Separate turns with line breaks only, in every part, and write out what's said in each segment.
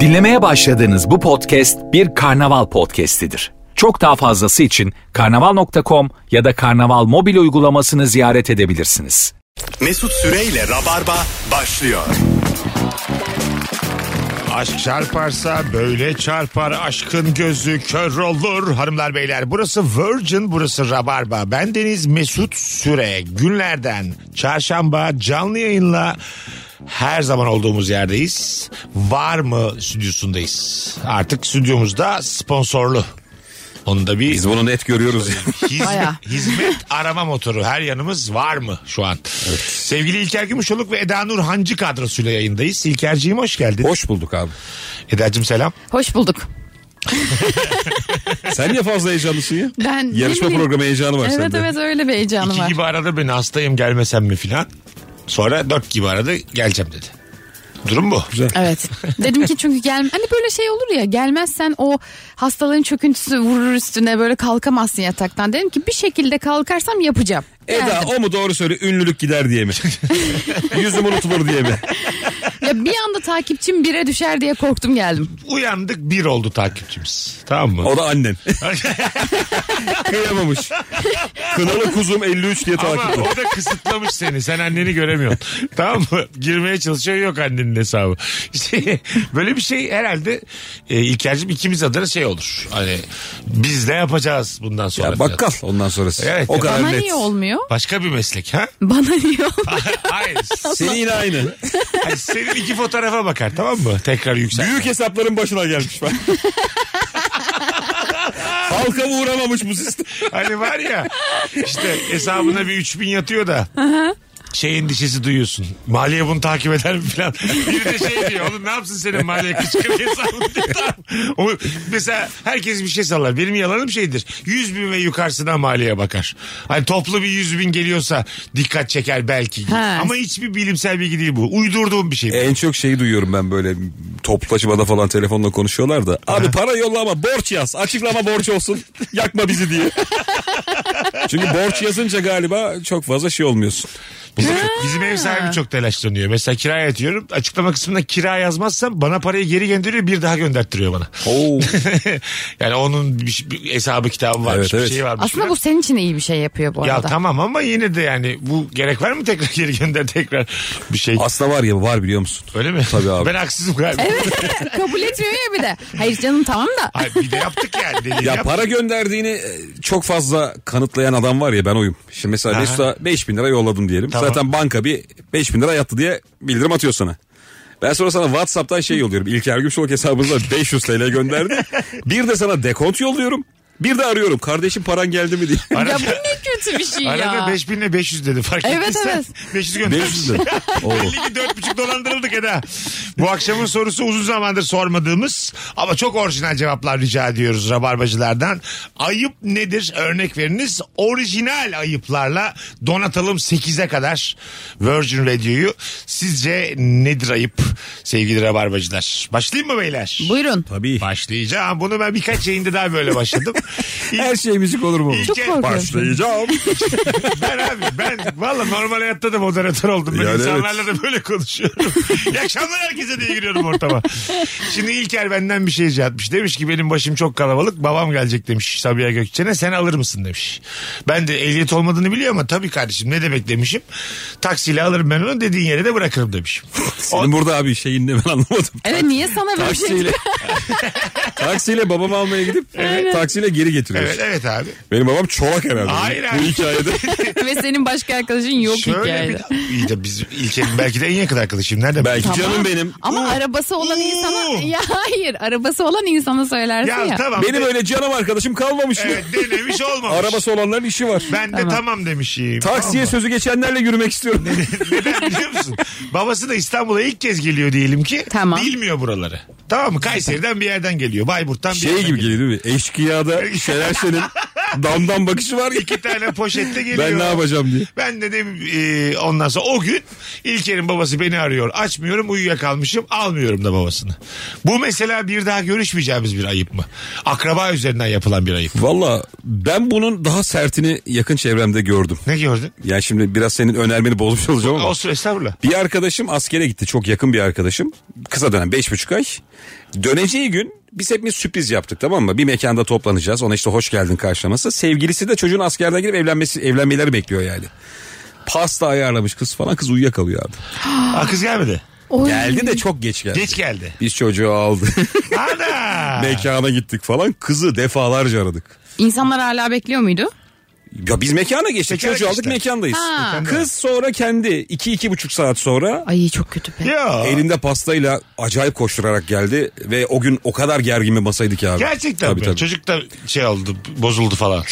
Dinlemeye başladığınız bu podcast bir karnaval podcastidir. Çok daha fazlası için karnaval.com ya da karnaval mobil uygulamasını ziyaret edebilirsiniz.
Mesut Süreyle Rabarba başlıyor.
Aşk çarparsa böyle çarpar aşkın gözü kör olur hanımlar beyler burası Virgin burası Rabarba ben Deniz Mesut Süre günlerden çarşamba canlı yayınla her zaman olduğumuz yerdeyiz var mı stüdyosundayız artık stüdyomuzda sponsorlu onu da bir
Biz bunu net görüyoruz.
Hizmet,
Bayağı.
hizmet arama motoru her yanımız var mı şu an? Sevgili İlker Gümüşoluk ve Eda Nur Hancı kadrosuyla yayındayız. İlkerciğim hoş geldin.
Hoş bulduk abi.
Eda'cığım selam.
Hoş bulduk.
Sen niye fazla heyecanlısın ya?
Ben ne
Yarışma
bileyim-
programı heyecanı var
Evet
sende.
evet öyle bir heyecanı
İki
var.
gibi aradı beni hastayım gelmesem mi filan. Sonra dört gibi aradı geleceğim dedi. Durum bu.
Evet. Dedim ki çünkü gel hani böyle şey olur ya gelmezsen o hastalığın çöküntüsü vurur üstüne böyle kalkamazsın yataktan. Dedim ki bir şekilde kalkarsam yapacağım.
Eda
Geldim.
o mu doğru söyle ünlülük gider diye mi? Yüzüm unutulur diye mi?
Ya bir anda takipçim bire düşer diye korktum geldim.
Uyandık bir oldu takipçimiz. Tamam mı?
O da annen. Kıyamamış. Kınalı kuzum 53 diye
Ama
takip ediyor.
o da kısıtlamış seni. Sen anneni göremiyorsun. tamam mı? Girmeye çalışıyor yok annenin hesabı. Şey, böyle bir şey herhalde e, İlker'cim ikimiz adına şey olur. Hani biz ne yapacağız bundan sonra?
Ya bakkal ondan sonrası.
Evet.
o kadar
Bana
net.
niye olmuyor?
Başka bir meslek ha?
Bana niye olmuyor?
Hayır.
Senin yine aynı.
Hayır, Senin iki fotoğrafa bakar tamam mı? Tekrar yüksel.
Büyük hesapların başına gelmiş bak. Halka uğramamış bu sistem.
Hani var ya işte hesabına bir 3000 yatıyor da. şey endişesi duyuyorsun. Maliye bunu takip eder mi falan. Biri de şey diyor oğlum ne yapsın senin maliye kışkırı hesabını diyor. Tamam. O, mesela herkes bir şey sallar. Benim yalanım şeydir. 100 bin ve yukarısına maliye bakar. Hani toplu bir 100 bin geliyorsa dikkat çeker belki.
Ha.
Ama hiçbir bilimsel bilgi değil bu. Uydurduğum bir şey. bu.
En çok şeyi duyuyorum ben böyle toplaşmada falan telefonla konuşuyorlar da. Abi para yolla ama borç yaz. Açıklama borç olsun. Yakma bizi diye. Çünkü borç yazınca galiba çok fazla şey olmuyorsun.
Bizim, bizim ev sahibi çok telaşlanıyor. Mesela kiraya yatıyorum. Açıklama kısmında kira yazmazsam bana parayı geri gönderiyor bir daha gönderttiriyor bana.
Oo.
yani onun bir, şey- bir hesabı kitabı varmış
Evet,
bir
evet.
şey varmış.
Aslında bu
falan.
senin için iyi bir şey yapıyor bu
ya
arada.
tamam ama yine de yani bu gerek var mı tekrar geri gönder tekrar bir şey.
Aslında var ya var biliyor musun?
Öyle mi?
Tabii abi.
Ben haksızım galiba.
Kabul etmiyor ya bir de. Hayır canım tamam da.
Ay, bir de yaptık yani. Deli
Ya
yap-
para gönderdiğini e, çok fazla kanıtlayan adam var ya ben oyum. Şimdi mesela Mesut'a 5 bin lira yolladım diyelim.
Tamam.
Zaten banka bir 5 bin lira yattı diye bildirim atıyor sana. Ben sonra sana Whatsapp'tan şey yolluyorum. İlker Gümüşoluk hesabınıza 500 TL gönderdi. bir de sana dekont yolluyorum. Bir de arıyorum. Kardeşim paran geldi mi diye.
Ya
Arada,
bu ne kötü bir şey
arada
ya.
5000 ile 500 dedi fark
Evet,
ettiysen.
evet.
500 göndermiş.
500 lira. Oo.
Belli ki dört buçuk dolandırıldık Eda. Bu akşamın sorusu uzun zamandır sormadığımız ama çok orijinal cevaplar rica ediyoruz Rabarbacılardan. Ayıp nedir? Örnek veriniz. Orijinal ayıplarla donatalım 8'e kadar Virgin Radio'yu. Sizce nedir ayıp sevgili Rabarbacılar? Başlayayım mı beyler?
Buyurun.
Tabii.
Başlayacağım. Bunu ben birkaç yayında daha böyle başladım. İlk-
Her şey müzik olur mu?
Çok korkuyorum.
Başlayacağım.
ben abi ben valla normal hayatta da moderatör oldum. Ben
Yani
insanlarla da böyle konuşuyorum. İyi akşamlar herkese diye giriyorum ortama. Şimdi İlker benden bir şey rica etmiş. Demiş ki benim başım çok kalabalık. Babam gelecek demiş Sabiha Gökçen'e. Sen alır mısın demiş. Ben de ehliyet olmadığını biliyor ama tabii kardeşim ne demek demişim. Taksiyle alırım ben onu dediğin yere de bırakırım demişim.
Senin burada abi şeyin ne ben anlamadım.
Evet niye sana böyle şey
Taksiyle. taksiyle babamı almaya gidip taksiyle geri getiriyorsun.
Evet evet abi.
Benim babam çolak herhalde.
Hayır,
Bu
hayır.
hikayede.
ve senin başka arkadaşın yok
Şöyle
hikayede.
bir İyi de biz İlker'in belki de en yakın arkadaşıyım. Nerede?
Belki canım benim.
Ama arabası olan
Oo.
insana ya hayır arabası olan insana söylersin
Ya,
ya.
tamam.
Benim öyle canım arkadaşım kalmamış. ya.
Evet, denemiş olmamış.
Arabası olanların işi var.
Ben de tamam demişim.
Taksiye sözü geçenlerle yürümek istiyorum.
Neden biliyor musun? Babası da İstanbul'a ilk kez geliyor diyelim ki.
Tamam.
Bilmiyor buraları. Tamam mı? Kayseri'den bir yerden geliyor. Bayburt'tan bir
şey
yerden
gibi geliyor değil mi? Eşkıya'da Şener Şen'in Damdan bakışı var ya.
İki tane poşette geliyor.
Ben ne yapacağım diye.
Ben dedim e, ondan sonra o gün İlker'in babası beni arıyor. Açmıyorum uyuyakalmışım almıyorum da babasını. Bu mesela bir daha görüşmeyeceğimiz bir ayıp mı? Akraba üzerinden yapılan bir ayıp.
Valla ben bunun daha sertini yakın çevremde gördüm.
Ne gördün?
Yani şimdi biraz senin önermeni bozmuş olacağım ama.
Olsun estağfurullah.
Bir arkadaşım askere gitti. Çok yakın bir arkadaşım. Kısa dönem beş buçuk ay. Döneceği gün biz hepimiz sürpriz yaptık tamam mı? Bir mekanda toplanacağız. Ona işte hoş geldin karşılaması. Sevgilisi de çocuğun askerden gelip evlenmesi, evlenmeleri bekliyor yani. Pasta ayarlamış kız falan. Kız uyuyakalıyor abi.
Aa, kız gelmedi.
Oy.
Geldi de çok geç geldi.
Geç geldi.
Biz çocuğu aldı.
Ana.
Mekana gittik falan. Kızı defalarca aradık.
İnsanlar hala bekliyor muydu?
Ya biz mekana geçtik.
Mekana
çocuğu aldık
geçtiler.
mekandayız.
Ha.
Kız sonra kendi iki iki buçuk saat sonra
Ay çok kötü be.
Yo.
elinde pastayla acayip koşturarak geldi. Ve o gün o kadar gergin bir masaydık abi.
Gerçekten
tabii,
mi?
tabii. Çocuk...
Çocuk da şey oldu bozuldu falan.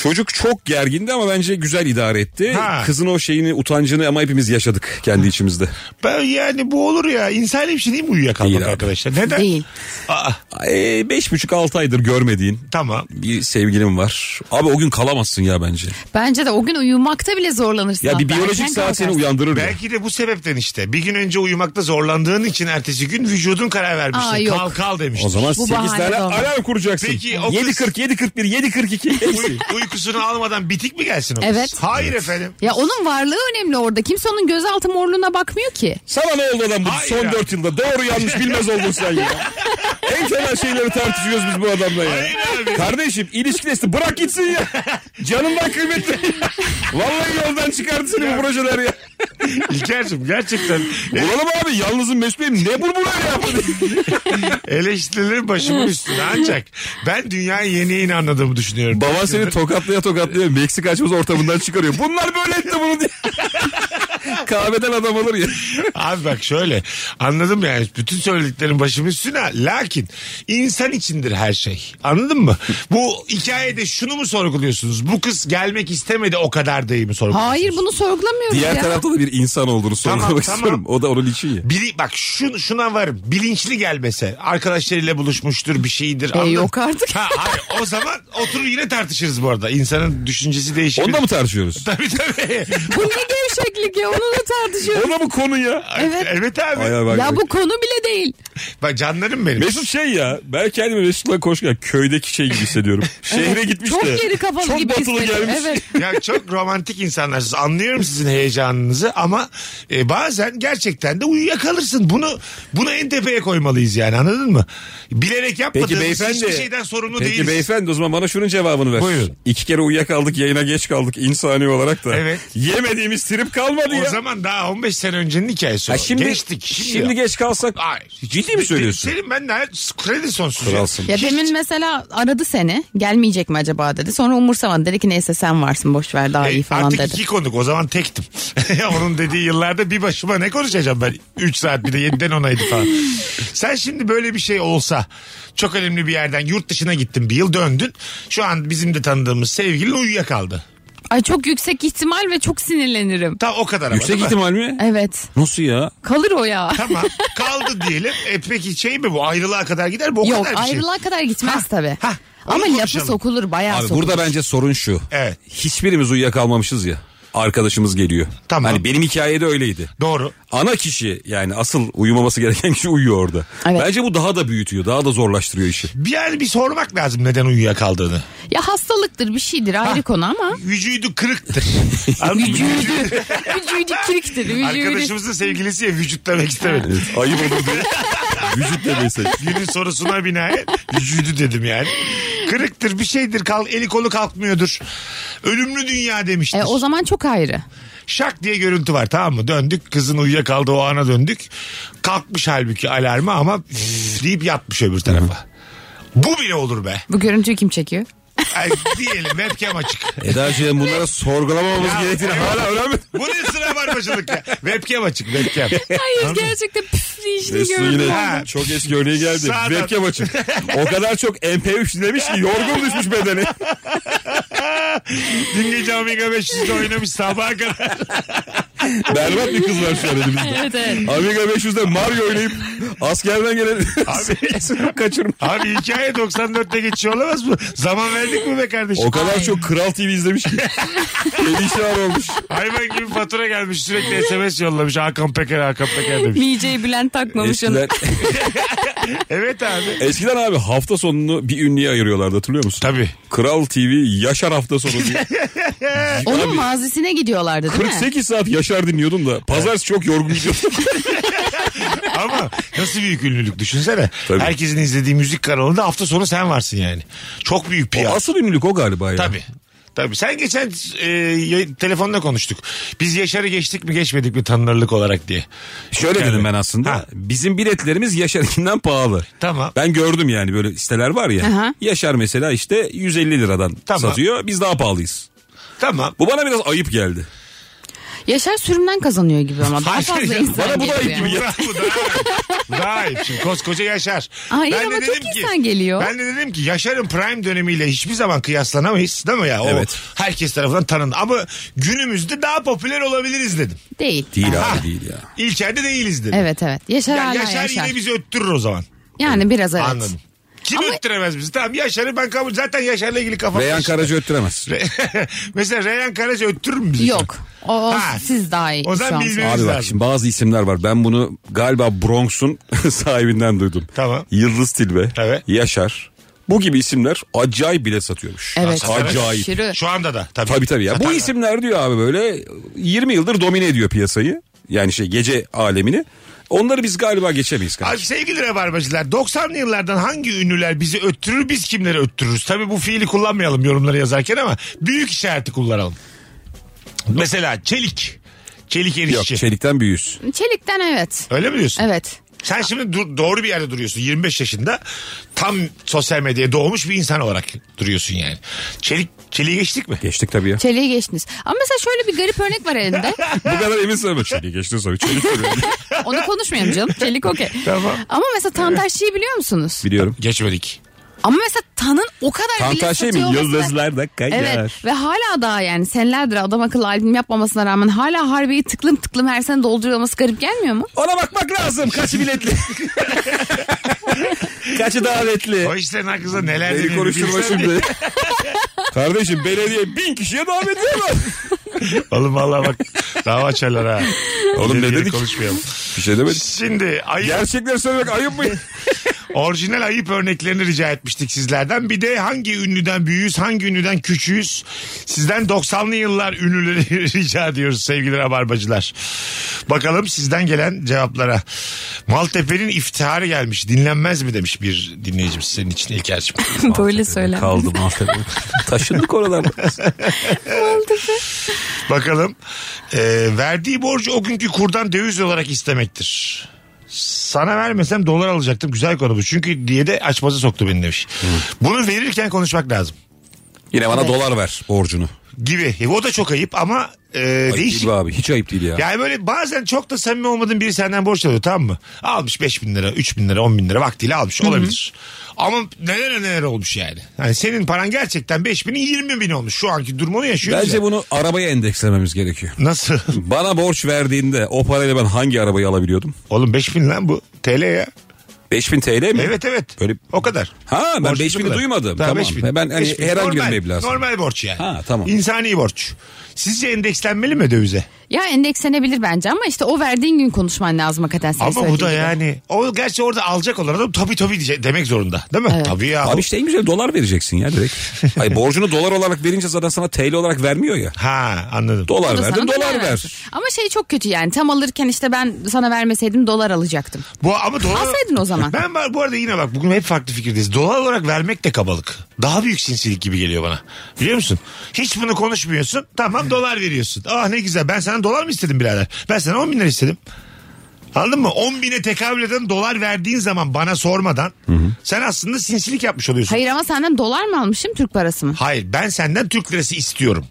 çok gergindi ama bence güzel idare etti.
Ha.
Kızın o şeyini utancını ama hepimiz yaşadık kendi içimizde.
Ben yani bu olur ya. İnsan bir şey değil mi uyuyakalmak
Değil abi.
arkadaşlar? Neden?
Değil.
Aa,
E, beş buçuk altı aydır görmediğin
tamam.
bir sevgilim var. Abi o gün kalamazsın ya bence.
Bence de o gün uyumakta bile zorlanırsın.
Ya bir
hatta.
biyolojik
Erken
saat seni
kalkarsın.
uyandırır ya.
Belki de bu sebepten işte. Bir gün önce uyumakta zorlandığın için ertesi gün vücudun karar
Aa,
vermiştir.
yok.
Kalk kal demiştir.
O zaman
Bu
8
bahane
tane
de olmaz.
alarm kuracaksın.
Peki, o kız-
7.40, 7.41, 7.42 hepsi.
Uy- uykusunu almadan bitik mi gelsin o kız?
Evet.
Hayır efendim.
Ya onun varlığı önemli orada. Kimse onun gözaltı morluğuna bakmıyor ki.
Sana ne oldu adam bu
Hayır
son
ya.
4 yılda? Doğru yanlış bilmez oldun sen ya. en temel şeyleri tartışıyoruz biz bu adamla ya.
Hayır abi.
Kardeşim ilişkilesi bırak gitsin ya. Canından kıymetli. Vallahi yoldan çıkardı seni bu projeler ya.
İlker'cim gerçekten
Bulalım abi yalnızım mesleğim ne bu buraya yaptı?
eleştirilerin başımın üstüne ancak ben dünyayı yeni yeni anladığımı düşünüyorum.
Baban seni tokatlaya tokatlaya Meksika açmaz ortamından çıkarıyor. Bunlar böyle etti bunu diye. Kahveden adam alır ya.
Abi bak şöyle anladım yani bütün söylediklerin başımın üstüne lakin insan içindir her şey anladın mı? Bu hikayede şunu mu sorguluyorsunuz? Bu kız gelmek istemedi o kadar değil mi sorguluyorsunuz?
Hayır bunu sorgulamıyoruz
Diğer
ya.
tarafta da bir insan olduğunu sorgulamak
Tamam, tamam.
istiyorum. O da onun için ya.
Biri bak şun, şuna var bilinçli gelmese arkadaşlarıyla buluşmuştur bir şeydir.
E,
anladın mı?
yok artık.
Ha, hayır, o zaman oturur yine tartışırız bu arada. İnsanın düşüncesi değişir.
Onda mı tartışıyoruz?
Tabii tabii.
Bu ne gevşeklik ya onu da tartışıyoruz.
Ona mı konu ya?
Evet.
Evet abi.
Aya bak.
Ya bu konu bile değil.
Bak canlarım benim.
Mesut şey ya ben kendimi Mesut'la koşarken köydeki şey gibi hissediyorum. Şehre gitmiş
Çok
de.
geri kafalı
çok
gibi
batılı
hissediyorum.
gelmiş.
Evet.
ya çok romantik insanlarsınız. Anlıyorum sizin heyecanınızı ama e, bazen gerçekten de uyuyakalırsın. Bunu bunu en tepeye koymalıyız yani anladın mı? Bilerek yapmadığımız
Peki beyefendi.
hiçbir şeyden sorumlu
Peki
değiliz.
beyefendi o zaman bana şunun cevabını ver.
Buyurun.
İki kere uyuyakaldık yayına geç kaldık insani olarak da.
Evet.
Yemediğimiz trip kalmadı
O
ya.
zaman daha 15 sene öncenin hikayesi o.
Ha şimdi,
Geçtik. Şimdi,
şimdi geç kalsak
Hayır.
ciddi mi söylüyorsun?
Senin ben de kredi sonsuz.
Kralsın.
Ya demin mesela aradı seni. Gelmeyecek mi acaba dedi. Sonra umursamadı. Dedi ki neyse sen varsın boş ver daha
E,
iyi falan
artık
dedi.
iki konuk o zaman tektim. Onun dediği yıllarda bir başıma ne konuşacağım ben? 3 saat bir de 7'den 10'aydı falan. Sen şimdi böyle bir şey olsa çok önemli bir yerden yurt dışına gittin bir yıl döndün. Şu an bizim de tanıdığımız sevgilin uyuyakaldı.
Ay çok yüksek ihtimal ve çok sinirlenirim.
Tam o kadar ama.
Yüksek
değil mi?
ihtimal mi?
Evet.
Nasıl ya?
Kalır o ya.
Tamam kaldı diyelim. E peki şey mi bu ayrılığa kadar gider mi? O
Yok
kadar bir şey.
ayrılığa kadar gitmez tabii.
ha, onu
Ama lafı
konuşalım.
sokulur bayağı
Abi
sokulur.
burada bence sorun şu.
Evet.
Hiçbirimiz uyuyakalmamışız ya. Arkadaşımız geliyor.
Tamam.
Hani benim hikayede öyleydi.
Doğru.
Ana kişi yani asıl uyumaması gereken kişi uyuyor orada.
Evet.
Bence bu daha da büyütüyor, daha da zorlaştırıyor işi.
Bir yani bir sormak lazım neden uyuyakaldığını.
Ya hastalıktır bir şeydir ayrı konu ama.
Vücudu kırıktır. Anladın mı? Vücudu-
Vücudu kiriktir. Vücudu.
Arkadaşımızın sevgilisi ya vücut demek istemedim.
Ayıp olur diye. Vücut demeyse.
Günün sorusuna binaen vücudu dedim yani. Kırıktır bir şeydir kal, eli kolu kalkmıyordur. Ölümlü dünya demiştir.
E, o zaman çok ayrı.
Şak diye görüntü var tamam mı? Döndük kızın uyuyakaldığı o ana döndük. Kalkmış halbuki alarmı ama üf deyip yatmış öbür tarafa. Bu bile olur be.
Bu görüntüyü kim çekiyor?
Ay, diyelim webcam açık.
Eda'cığım bunlara sorgulamamamız gerektiğini hala önemli.
Bu ne sıra var başılık ya? Webcam açık webcam.
Hayır gerçekten püfleyişini
Mesut
gördüm.
yine
Ha.
çok eski örneği geldi.
Sağdan.
Webcam açın. O kadar çok MP3 dinlemiş ki yorgun düşmüş bedeni.
Dün gece Amiga 500'de oynamış sabaha kadar.
Berbat bir kız var şu an elimizde.
evet evet.
Amiga 500'de Mario oynayıp askerden gelen
Abi-
kaçırmış.
Abi hikaye 94'te geçiyor olamaz mı? Zaman verdik mi be kardeşim?
O kadar çok Kral TV izlemiş ki. Perişan olmuş.
Hayvan gibi fatura gelmiş sürekli SMS yollamış. Hakan Peker Hakan Peker demiş.
VJ Bülent takmamış onu.
Eskiden,
Evet abi.
eskiden abi hafta sonunu bir ünlüye ayırıyorlardı hatırlıyor musun?
Tabii.
Kral TV Yaşar hafta sonu diye.
Onun mazisine gidiyorlardı değil mi?
48 saat Yaşar dinliyordum da. Pazartesi çok yorgun gidiyordum.
Ama nasıl büyük ünlülük düşünsene.
Tabii.
Herkesin izlediği müzik kanalında hafta sonu sen varsın yani. Çok büyük
O
piyasa.
asıl ünlülük o galiba ya.
Tabii. Tabii. Sen geçen e, yayın- telefonda konuştuk. Biz Yaşar'ı geçtik mi geçmedik mi tanınırlık olarak diye.
Şöyle
Yani.
dedim ben aslında.
Ha.
Bizim biletlerimiz Yaşar'ınkinden pahalı.
Tamam.
Ben gördüm yani böyle siteler var ya.
Aha.
Yaşar mesela işte 150 liradan
Tamam.
satıyor. Biz daha pahalıyız.
Tamam.
Bu bana biraz ayıp geldi.
Yaşar sürümden kazanıyor gibi ama daha
Hayır,
fazla
canım.
insan
Bana bu da
geliyor
ayıp
yani.
gibi
Bu bu daha, daha ayıp. Şimdi koskoca Yaşar.
Hayır ama çok insan geliyor.
Ben de dedim ki Yaşar'ın prime dönemiyle hiçbir zaman kıyaslanamayız değil mi ya? O
Evet.
Herkes tarafından tanın. Ama günümüzde daha popüler olabiliriz dedim.
Değil.
Değil
Ha.
abi değil ya.
İlçerde değiliz dedim.
Evet evet. Yaşar
Ya
hala
Yaşar,
Yaşar.
yine bizi öttürür o zaman.
Yani biraz evet.
Anladım. Kim
Ama-
öttüremez bizi? Tamam Yaşar'ı ben kabul... Zaten Yaşar'la ilgili kafam...
Reyhan
karıştı.
Karaca öttüremez.
Re- Mesela Reyhan Karaca öttürür mü bizi?
Yok. O
Ha.
siz daha iyi
O
şu
zaman
an.
bilmemiz
Abi
lazım.
bak şimdi bazı isimler var. Ben bunu galiba Bronx'un sahibinden duydum.
Tamam.
Yıldız Tilbe,
Evet.
Yaşar. Bu gibi isimler acayip bile satıyormuş.
Evet.
Acayip.
Aşırı.
Şu anda da tabii.
Tabii tabii ya. Bu
Satarlar.
isimler diyor abi böyle 20 yıldır domine ediyor piyasayı. Yani şey gece alemini. Onları biz galiba geçemeyiz.
Abi
kardeşim.
sevgili rabarbacılar 90'lı yıllardan hangi ünlüler bizi öttürür biz kimleri öttürürüz? Tabii bu fiili kullanmayalım yorumları yazarken ama büyük işareti kullanalım. Mesela Çelik. Çelik
Yok
erişçi.
çelikten büyüyüz.
Çelik'ten evet.
Öyle mi diyorsun?
Evet.
Sen şimdi dur- doğru bir yerde duruyorsun. 25 yaşında tam sosyal medyaya doğmuş bir insan olarak duruyorsun yani. Çelik Çelik'i geçtik mi?
Geçtik tabii ya.
Çeliği geçtiniz. Ama mesela şöyle bir garip örnek var elinde.
Bu kadar emin söyleme. Çelik geçti sonra çelik duruyor.
Onu konuşmayalım canım. Çelik okey.
Tamam.
Ama mesela Tantaşçı'yı biliyor musunuz?
Biliyorum.
Geçmedik.
Ama mesela Tan'ın o kadar bile
Tantan şey mi?
satıyor olması-
Yıldızlar da kayar.
Evet ve hala daha yani senelerdir adam akıllı albüm yapmamasına rağmen hala harbiyi tıklım tıklım her sene dolduruyor olması garip gelmiyor mu?
Ona bakmak lazım. Kaçı biletli? Kaçı davetli?
O işlerin hakkında neler
Beni
dediğini
konuşturma
bilsen-
şimdi. Kardeşim belediye bin kişiye davetiye var.
Oğlum valla bak dava açarlar ha.
Oğlum ne
Geri geri
dedik?
Konuşmayalım.
Bir şey demedik.
Şimdi ayıp,
Gerçekleri söylemek ayıp mı?
orijinal ayıp örneklerini rica etmiştik sizlerden. Bir de hangi ünlüden büyüğüz, hangi ünlüden küçüğüz? Sizden 90'lı yıllar ünlüleri rica ediyoruz sevgili rabarbacılar. Bakalım sizden gelen cevaplara. Maltepe'nin iftiharı gelmiş. Dinlenmez mi demiş bir dinleyicimiz senin için İlker'cim.
Böyle söyle.
Kaldım Maltepe. Taşındık oralarda.
Bakalım. Ee, verdiği borcu o günkü kurdan döviz olarak istemektir. Sana vermesem dolar alacaktım. Güzel konu bu. Çünkü diye de açmaza soktu beni demiş. Bunu verirken konuşmak lazım.
Yine bana dolar ver borcunu.
Gibi. E, o da çok ayıp ama e,
Ayıp
değişik.
değil abi. Hiç ayıp değil ya.
Yani böyle bazen çok da samimi olmadığın biri senden borç alıyor tamam mı? Almış 5 bin lira, 3 bin lira, 10 bin lira vaktiyle almış olabilir. Ama neler neler olmuş yani. Yani senin paran gerçekten 5 bini 20 bin olmuş. Şu anki durumunu yaşıyoruz.
Bence
ya.
bunu arabaya endekslememiz gerekiyor.
Nasıl?
Bana borç verdiğinde o parayla ben hangi arabayı alabiliyordum?
Oğlum 5 bin lan bu. TL ya.
5000 TL mi?
Evet evet.
Böyle-
O kadar.
Ha, ben
Borcumuz
5000'i
o kadar.
duymadım.
Tabii
Tamam.
5000.
Ben hani
5000.
herhangi bir
Normal-
meblağ aslında.
Normal borç yani.
Ha, tamam.
İnsani borç. Sizce endekslenmeli mi dövize?
Ya endekslenebilir bence ama işte o verdiğin gün konuşman lazım hakikaten. senin
Ama bu da
söylediğin gibi.
yani. O gerçi orada alacak olan adam tabii tabii diyecek, demek zorunda. Değil mi?
Evet.
Tabii ya.
Abi işte en güzel dolar vereceksin ya direkt. Ay borcunu dolar olarak verince zaten sana TL olarak vermiyor ya.
Ha anladım.
O
Dolar
da sana
verdin dolar
versin.
ver.
Ama şey çok kötü yani tam alırken işte ben sana vermeseydim dolar alacaktım.
Bu ama dolar...
Alsaydın o zaman.
Ben var- bu arada yine bak bugün hep farklı fikirdeyiz. Dolar olarak vermek de kabalık. Daha büyük sinsilik gibi geliyor bana. Biliyor musun? Hiç bunu konuşmuyorsun. Tamam dolar veriyorsun. Ah ne güzel ben sana dolar mı istedim birader? Ben sana 10 bin lira istedim. Anladın mı? 10 bine tekabül eden dolar verdiğin zaman bana sormadan sen aslında sinsilik yapmış oluyorsun.
Hayır ama senden dolar mı almışım Türk parası mı?
Hayır ben senden Türk lirası istiyorum.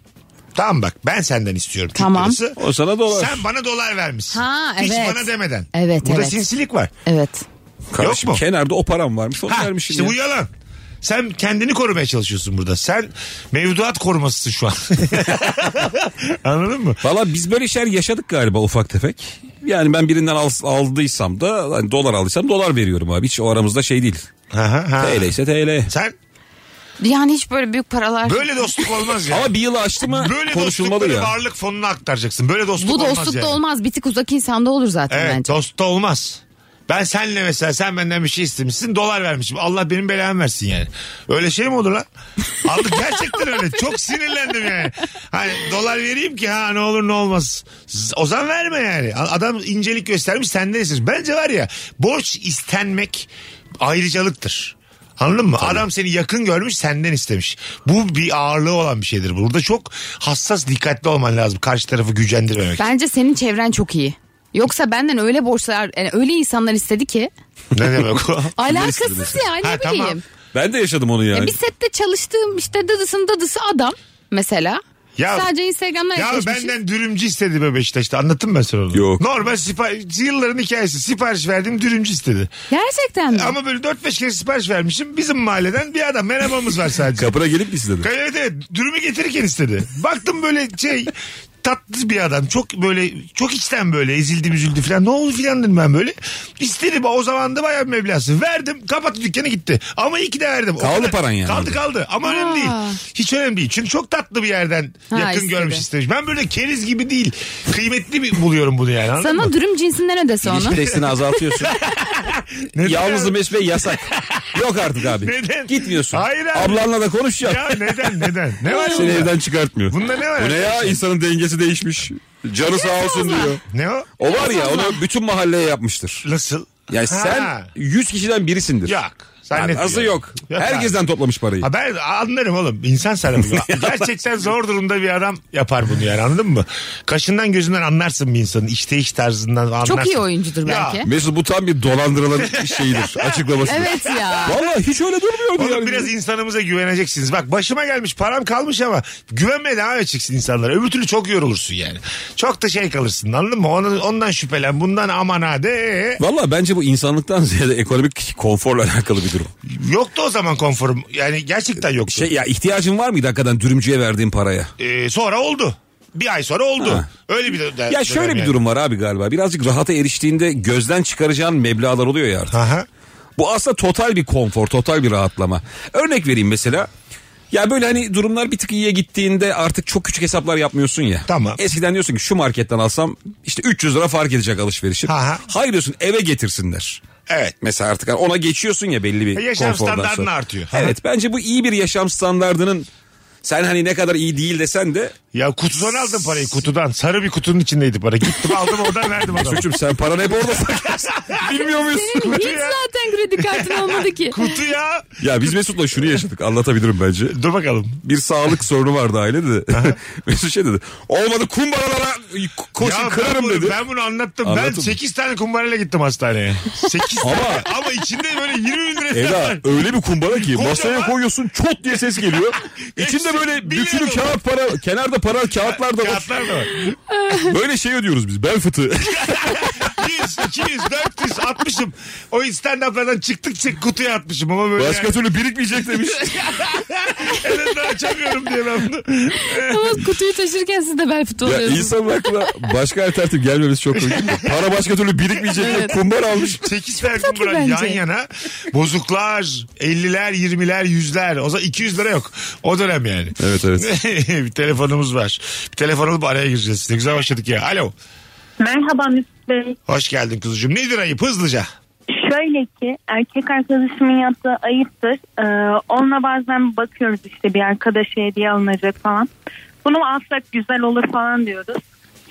Tamam bak ben senden istiyorum Türk
Tamam.
lirası.
O sana dolar.
Sen bana dolar vermişsin.
Ha,
Hiç
evet.
bana demeden.
Evet,
Burada
evet.
sinsilik var.
Evet.
Kardeşim
mu?
kenarda o param varmış onu
Ha,
vermişsin
işte
ya.
bu yalan. Sen kendini korumaya çalışıyorsun burada. Sen mevduat korumasısın şu an. Anladın mı?
Valla biz böyle şeyler yaşadık galiba ufak tefek. Yani ben birinden al- aldıysam da hani dolar aldıysam dolar veriyorum abi. Hiç o aramızda şey değil.
Aha, ha.
TL ise TL.
Sen
Yani hiç böyle büyük paralar.
böyle dostluk olmaz ya.
Ama bir yılı aştı mı
böyle
konuşulmalı
dostlukları
ya.
varlık fonuna aktaracaksın. Böyle dostluk
Bu
şey olmaz
dostlukta
yani.
olmaz. Bir tık uzak insanda olur zaten
Evet
bence.
dostta olmaz. Ben senle mesela sen benden bir şey istemişsin dolar vermişim. Allah benim belamı versin yani. Öyle şey mi olur lan? Aldık gerçekten öyle. Çok sinirlendim yani. Hani dolar vereyim ki ha ne olur ne olmaz. Z- O zaman verme yani. A- Adam incelik göstermiş senden istemiş. Bence var ya borç istenmek ayrıcalıktır. Anladın mı? Adam seni yakın görmüş senden istemiş. Bu bir ağırlığı olan bir şeydir. Burada çok hassas dikkatli olman lazım. Karşı tarafı gücendirmemek.
Bence senin çevren çok iyi. Yoksa benden öyle borçlar, yani öyle insanlar istedi ki.
Ne demek o?
Alakasız ya ne
Ha,
bileyim.
tamam.
Ben de yaşadım onu
Ya
yani.
bir sette çalıştığım işte dadısının dadısı adam mesela.
Ya-
Sadece Instagram'dan
Ya
eşleşmişiz.
benden dürümcü istedi be Beşiktaş'ta. Anlattım mı ben sana onu.
Yok.
Normal sipariş, yılların hikayesi. Sipariş verdim dürümcü istedi.
Gerçekten mi?
Ama böyle 4-5 kere sipariş vermişim. Bizim mahalleden bir adam merhabamız var sadece.
Kapına gelip mi istedin?
evet evet dürümü getirirken istedi. Baktım böyle şey tatlı bir adam. Çok böyle çok içten böyle ezildi üzüldü falan. Ne oldu filan dedim ben böyle. İstedi o zaman da bayağı bir meblası. Verdim kapattı dükkanı gitti. Ama iyi ki de verdim. O
Kaldı
kadar-
paran yani
Kaldı
orada.
kaldı ama önemli değil. Hiç önemli değil. Çünkü çok tatlı bir yerden
Ha,
yakın
istedi.
görmüş istemiş. Ben böyle keriz gibi değil. Kıymetli bir buluyorum bunu yani. anladın mı?
Sana dürüm cinsinden ödese onu.
Stresini azaltıyorsun.
Neden?
Yalnızım esmeyi yasak. Yok artık abi.
Neden?
Gitmiyorsun.
Hayır abi.
Ablanla da konuşacağım.
Ya neden neden? Ne var
Seni
bunda?
evden çıkartmıyor.
Bunda ne var?
Bu ne ya? İnsanın dengesi değişmiş. Canı sağ olsun diyor.
Ne o?
O var ya onu bütün mahalleye yapmıştır.
Nasıl?
Yani
Ha.
sen 100 kişiden birisindir.
Yok.
Yani
Zannetmiyorum.
Nasıl yok?
abi.
Herkesten toplamış parayı.
Ha ben anlarım oğlum. İnsan sarımı. Gerçekten zor durumda bir adam yapar bunu yani anladın mı? Kaşından gözünden anlarsın bir insanın. İşte iş tarzından anlarsın.
Çok iyi oyuncudur belki.
Ya.
Mesut bu tam bir dolandırılan şeyidir. Açıklamasıdır.
Evet ya.
Vallahi hiç öyle durmuyordu
Oğlum
yani.
biraz insanımıza güveneceksiniz. Bak başıma gelmiş param kalmış ama güvenmeye devam edeceksin insanlara. Öbür türlü çok yorulursun yani. Çok da şey kalırsın anladın mı? Ondan, ondan şüphelen bundan aman ha de.
Valla bence bu insanlıktan ziyade ekonomik konforla alakalı bir durum.
Yoktu o zaman konforum. Yani gerçekten yoktu.
Şey ya ihtiyacın var mıydı hakikaten dürümcüye verdiğin paraya?
Ee, sonra oldu. Bir ay sonra oldu.
Ha.
Öyle bir de- de-
Ya şöyle
dönem
bir
yani.
durum var abi galiba. Birazcık rahata eriştiğinde gözden çıkaracağın meblağlar oluyor ya artık.
Aha.
Bu aslında total bir konfor, total bir rahatlama. Örnek vereyim mesela. Ya böyle hani durumlar bir tık iyiye gittiğinde artık çok küçük hesaplar yapmıyorsun ya.
Tamam.
Eskiden diyorsun ki şu marketten alsam işte 300 lira fark edecek alışverişim.
Ha ha.
Hayır diyorsun eve getirsinler.
Evet.
Mesela artık hani ona geçiyorsun ya belli bir
E, Yaşam
konfordan
standartın
sonra.
artıyor.
Evet bence bu iyi bir yaşam standardının sen hani ne kadar iyi değil desen de
Ya kutudan aldım parayı kutudan. Sarı bir kutunun içindeydi para. Gittim aldım oradan verdim adama.
Suçum sen paranı hep orada saklıyorsun. Bilmiyor musun?
Senin hiç
Kutu ya.
zaten kredi kartın olmadı ki.
Kutu ya.
Ya biz Mesut'la şunu yaşadık anlatabilirim bence.
Dur bakalım.
Bir sağlık sorunu vardı ailede de. Mesut şey dedi. Olmadı kumbaralara koşun
Ya ben
kırarım
bunu,
dedi.
ben bunu anlattım.
Anlatın
Ben
mı?
8 tane kumbarayla gittim hastaneye. 8
Ama-
tane. Ama içinde böyle 20 bin lira.
Eda
var.
öyle bir kumbara ki
Kocaman.
masaya koyuyorsun çot diye ses geliyor. İçinde
Hepsi
böyle
bir
bükülü
arada.
kağıt para, kenarda para kağıtlar da var.
Kağıtlar da var.
Böyle şey ödüyoruz biz bel fıtığı.
100, 200, 400 atmışım. O stand-up'lardan çıktık çık kutuya atmışım ama böyle.
Başka
yani.
türlü birikmeyecek demiş.
En azından açamıyorum diye ben bunu.
Ama kutuyu taşırken siz de bel fıtığı
ya
oluyorsunuz.
insanın aklına başka alternatif gelmemesi çok komik. Para başka türlü birikmeyecek diye kumbara almış.
8 tane
tatlı
kumbara yan
bence.
yana. Bozuklar, 50'ler, 20'ler, 100'ler. O zaman 200 lira yok. O dönem yani.
Evet, evet.
bir telefonumuz var. Bir telefonumuz var. Araya gireceğiz. Ne güzel başladık ya. Alo.
Merhaba Mesut Bey.
Hoş geldin kuzucuğum. Nedir ayıp hızlıca?
Şöyle ki erkek arkadaşımın yaptığı ayıptır. Ee, onunla bazen bakıyoruz işte bir arkadaşa hediye alınacak falan. Bunu alsak güzel olur falan diyoruz.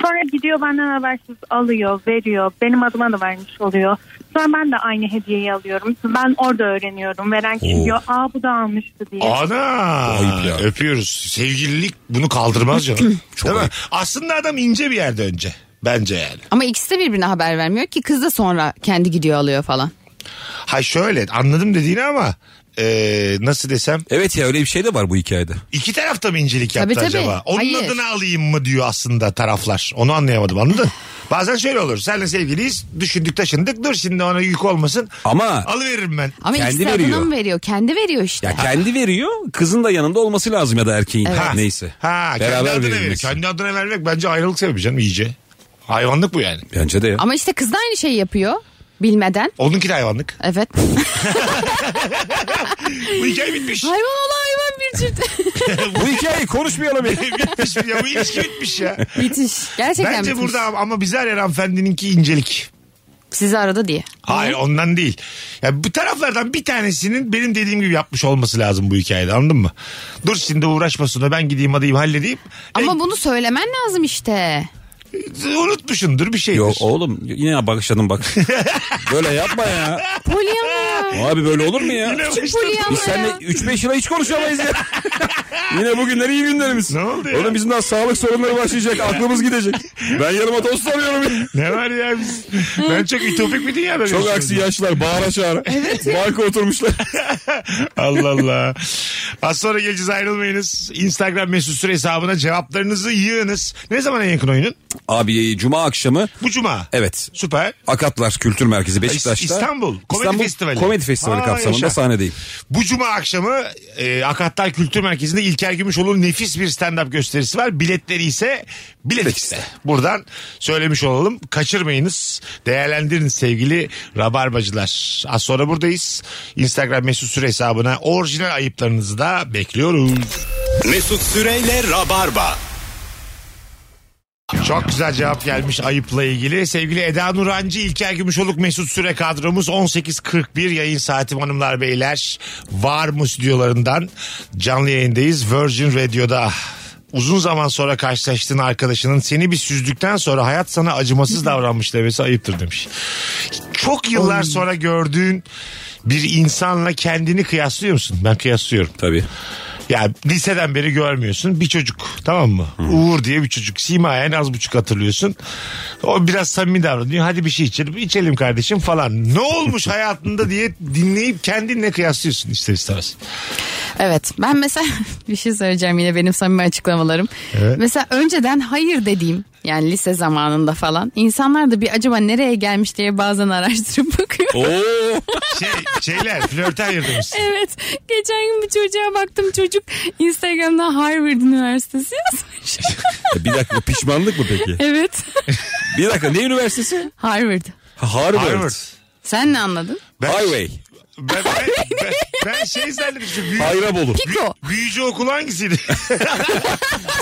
Sonra gidiyor benden habersiz alıyor, veriyor. Benim adıma da vermiş oluyor. Sonra ben de aynı hediyeyi alıyorum. Ben orada öğreniyorum. Veren
Oo.
kim diyor. Aa bu da almıştı diye.
Ana.
Ayıp ya.
Öpüyoruz. Sevgililik bunu kaldırmaz canım.
Çok
Değil mi?
ayıp.
Aslında adam ince bir yerde önce. Bence yani.
Ama ikisi de birbirine haber vermiyor ki kız da sonra kendi gidiyor alıyor falan.
Ha şöyle anladım dediğini ama e, nasıl desem
Evet ya öyle bir şey de var bu hikayede.
iki tarafta mı incelik yaptı
Tabii, tabii.
acaba? Onun
Hayır.
adını alayım mı diyor aslında taraflar. Onu anlayamadım anladın? Bazen şöyle olur. Senle sevgiliyiz. Düşündük taşındık. Dur şimdi ona yük olmasın.
Ama-
Alıveririm ben.
Ama
Kendi
ikisi adına
veriyor.
mı veriyor? Kendi veriyor işte.
Ya kendi veriyor, kızın da yanında olması lazım ya da erkeğin.
Ha.
Neyse.
Ha, kendi
Beraber
adına
verilmesi.
vermek. Kendi adına vermek bence ayrılık sebebi canım iyice. Hayvanlık bu yani.
Bence de ya.
Ama işte kız da aynı şeyi yapıyor. Bilmeden.
Onunki de hayvanlık.
Evet.
Bu hikaye bitmiş.
hayvan olan hayvan bir çift.
Bu hikayeyi konuşmayalım ya.
bitmiş ya bu ilişki bitmiş ya.
bitiş. Gerçekten
Bence
bitmiş.
burada ama bizi arayan hanımefendininki incelik.
Sizi aradı diye.
Hayır ondan değil. Ya bu taraflardan bir tanesinin benim dediğim gibi yapmış olması lazım bu hikayede anladın mı? Dur şimdi uğraşmasın o ben gideyim adayım halledeyim.
Ama bunu söylemen lazım işte.
E, unutmuşundur bir şeydir.
Yok oğlum yine bakışladın bak. böyle yapma ya.
Polyama.
Abi böyle olur mu ya?
Yine başladı.
Polyama
Biz seninle
ya.
3-5 yıla hiç konuşamayız ya. Yine bugünler iyi günlerimiz.
Ne oldu ya?
Oğlum bizim daha sağlık sorunları başlayacak. Aklımız gidecek. Ben yanıma tost alıyorum.
Ne var ya biz? Ben çok ütopik bir dünya
Çok aksi yaşlar. Bağıra çağıra. Banka oturmuşlar.
Allah Allah. Az sonra geleceğiz ayrılmayınız. Instagram mesut süre hesabına cevaplarınızı yığınız. Ne zaman en yakın oyunun?
Abi e, cuma akşamı.
Bu cuma.
Evet.
Süper.
Akatlar Kültür Merkezi Beşiktaş'ta.
İstanbul Komedi Festivali.
Komedi Festivali
Aa,
kapsamında
yaşa.
sahnedeyim.
Bu cuma akşamı e, Akatlar Kültür Merkezi'nde İlker Gümüşoğlu'nun nefis bir stand-up gösterisi var. Biletleri ise biletikte. Buradan söylemiş olalım. Kaçırmayınız. Değerlendirin sevgili rabarbacılar. Az sonra buradayız. Instagram mesut süre hesabına orijinal ayıplarınızı da bekliyoruz.
Mesut Süreyle Rabarba.
Çok güzel cevap gelmiş ayıpla ilgili. Sevgili Eda Nurancı, İlker Gümüşoluk, Mesut Süre kadromuz 18.41 yayın saati hanımlar beyler. Var mı stüdyolarından canlı yayındayız Virgin Radio'da. Ah, Uzun zaman sonra karşılaştığın arkadaşının seni bir süzdükten sonra hayat sana acımasız davranmış demesi ayıptır demiş. Çok yıllar sonra gördüğün bir insanla kendini kıyaslıyor musun? Ben kıyaslıyorum.
Tabii.
Ya liseden beri görmüyorsun bir çocuk tamam mı? Uğur diye bir çocuk. Sima'ya en az buçuk hatırlıyorsun. O biraz samimi davranıyor. Hadi bir şey içelim. içelim kardeşim falan. Ne olmuş hayatında diye dinleyip kendinle kıyaslıyorsun ister istemez.
Evet ben mesela bir şey söyleyeceğim yine benim samimi açıklamalarım. Mesela önceden hayır dediğim yani lise zamanında falan insanlar da bir acaba nereye gelmiş diye bazen araştırıp bakıyor.
Oo.
Şey, şeyler flörte ayırdınız.
Evet geçen gün bir çocuğa baktım çocuk Instagram'dan Harvard Üniversitesi yazmış.
E, bir dakika bu pişmanlık mı peki?
evet
Bir dakika ne üniversitesi?
Harvard.
Ha, Harvard.
Harvard.
Sen ne anladın?
Ben,
Highway.
Ben, ben, ben, ben şey zannetmiştim. Büyü,
Hayrabolu.
Piko.
büyücü okul hangisiydi?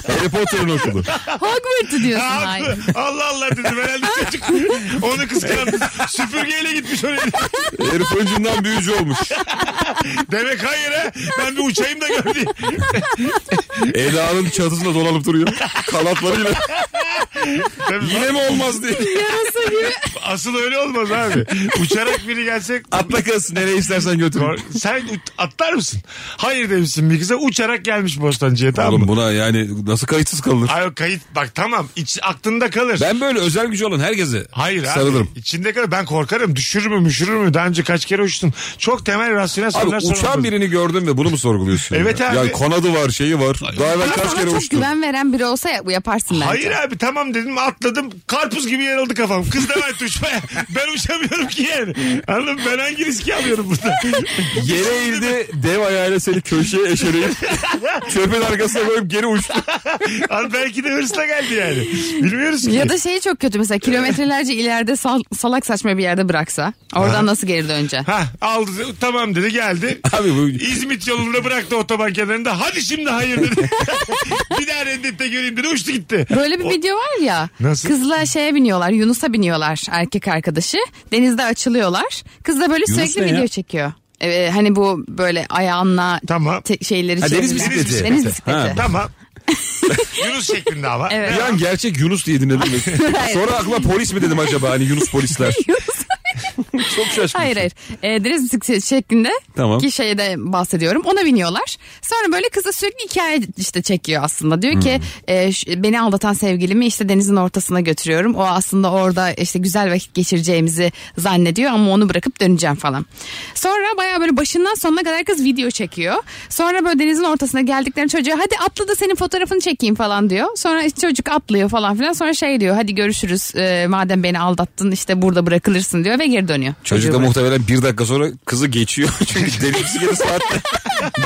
Harry Potter'ın okulu.
Hogwarts'ı diyorsun hayır.
Allah Allah dedim herhalde çocuk. Onu kıskandı. Süpürgeyle gitmiş oraya.
Herif öncünden büyücü olmuş.
Demek hayır ha. Ben bir uçayım da gördüm.
Eda'nın çatısında dolanıp duruyor. Kanatlarıyla. Yine mi olmaz diye.
Asıl öyle olmaz abi. Uçarak biri gelsek
Atla kız nereye istersen götür.
sen ut- atlar mısın? Hayır demişsin bir kıza uçarak gelmiş Bostancı'ya tamam
Oğlum
mı?
buna yani nasıl kayıtsız kalınır?
Ay o kayıt bak tamam iç, aklında kalır.
Ben böyle özel gücü olan herkese
Hayır abi.
sarılırım.
İçinde kalır. Ben korkarım. Düşürür mü müşürür mü? Daha önce kaç kere uçtun? Çok temel rasyonel
Abi,
sorular
uçan
sorulmaz.
birini gördün ve bunu mu sorguluyorsun?
Evet
ya?
abi.
Yani kanadı var şeyi var. Daha evvel
Ama
kaç
sana
kere
çok
uçtun?
güven veren biri olsa yap- yaparsın bence.
Hayır abi tamam dedim atladım karpuz gibi yarıldı kafam. Kız devam etti uçmaya. Ben uçamıyorum ki yani. Anladın mı? Ben hangi riski alıyorum burada?
Yere eğildi dev ayağıyla seni köşeye eşeleyip çöpün arkasına koyup geri uçtu.
Abi belki de hırsla geldi yani. Bilmiyoruz ki.
Ya da şeyi çok kötü mesela kilometrelerce ileride sal- salak saçma bir yerde bıraksa. Oradan nasıl geri döneceksin?
Ha aldı tamam dedi geldi.
Abi bu
İzmit yolunda bıraktı otoban kenarında. Hadi şimdi hayır dedi. bir daha reddette göreyim dedi. Uçtu gitti.
Böyle bir video var ya.
Nasıl?
Kızla şeye biniyorlar. Yunus'a biniyorlar erkek arkadaşı. Denizde açılıyorlar. Kız da böyle
Yunus
sürekli
ne ya?
video çekiyor. Ee, hani bu böyle ayağınla
Tamam.
te- şeyleri
Ha, deniz
çevirilen-
bisikleti.
Deniz bisikleti.
Ha.
Tamam. Yunus şeklinde ama.
Evet.
Bir an gerçek Yunus diye dinledim. Sonra akla polis mi dedim acaba hani Yunus polisler. Çok şaşkın.
Hayır hayır. E, direkt bisiklet şeklinde
Tamam.
ki şeyde bahsediyorum. Ona biniyorlar. Sonra böyle kıza sürekli hikaye işte çekiyor aslında. Diyor ki e, şu- beni aldatan sevgilimi işte denizin ortasına götürüyorum. O aslında orada işte güzel vakit geçireceğimizi zannediyor ama onu bırakıp döneceğim falan. Sonra baya böyle başından sonuna kadar kız video çekiyor. Sonra böyle denizin ortasına geldiklerini çocuğa hadi atla da senin fotoğrafını çekeyim falan diyor. Sonra işte çocuk atlıyor falan filan. Sonra şey diyor hadi görüşürüz E, madem beni aldattın işte burada bırakılırsın diyor ve geri dönüyor.
Çocuk
Çocuğu
da
bırakıyor.
muhtemelen bir dakika sonra kızı geçiyor. Çünkü deli bisikleti saatte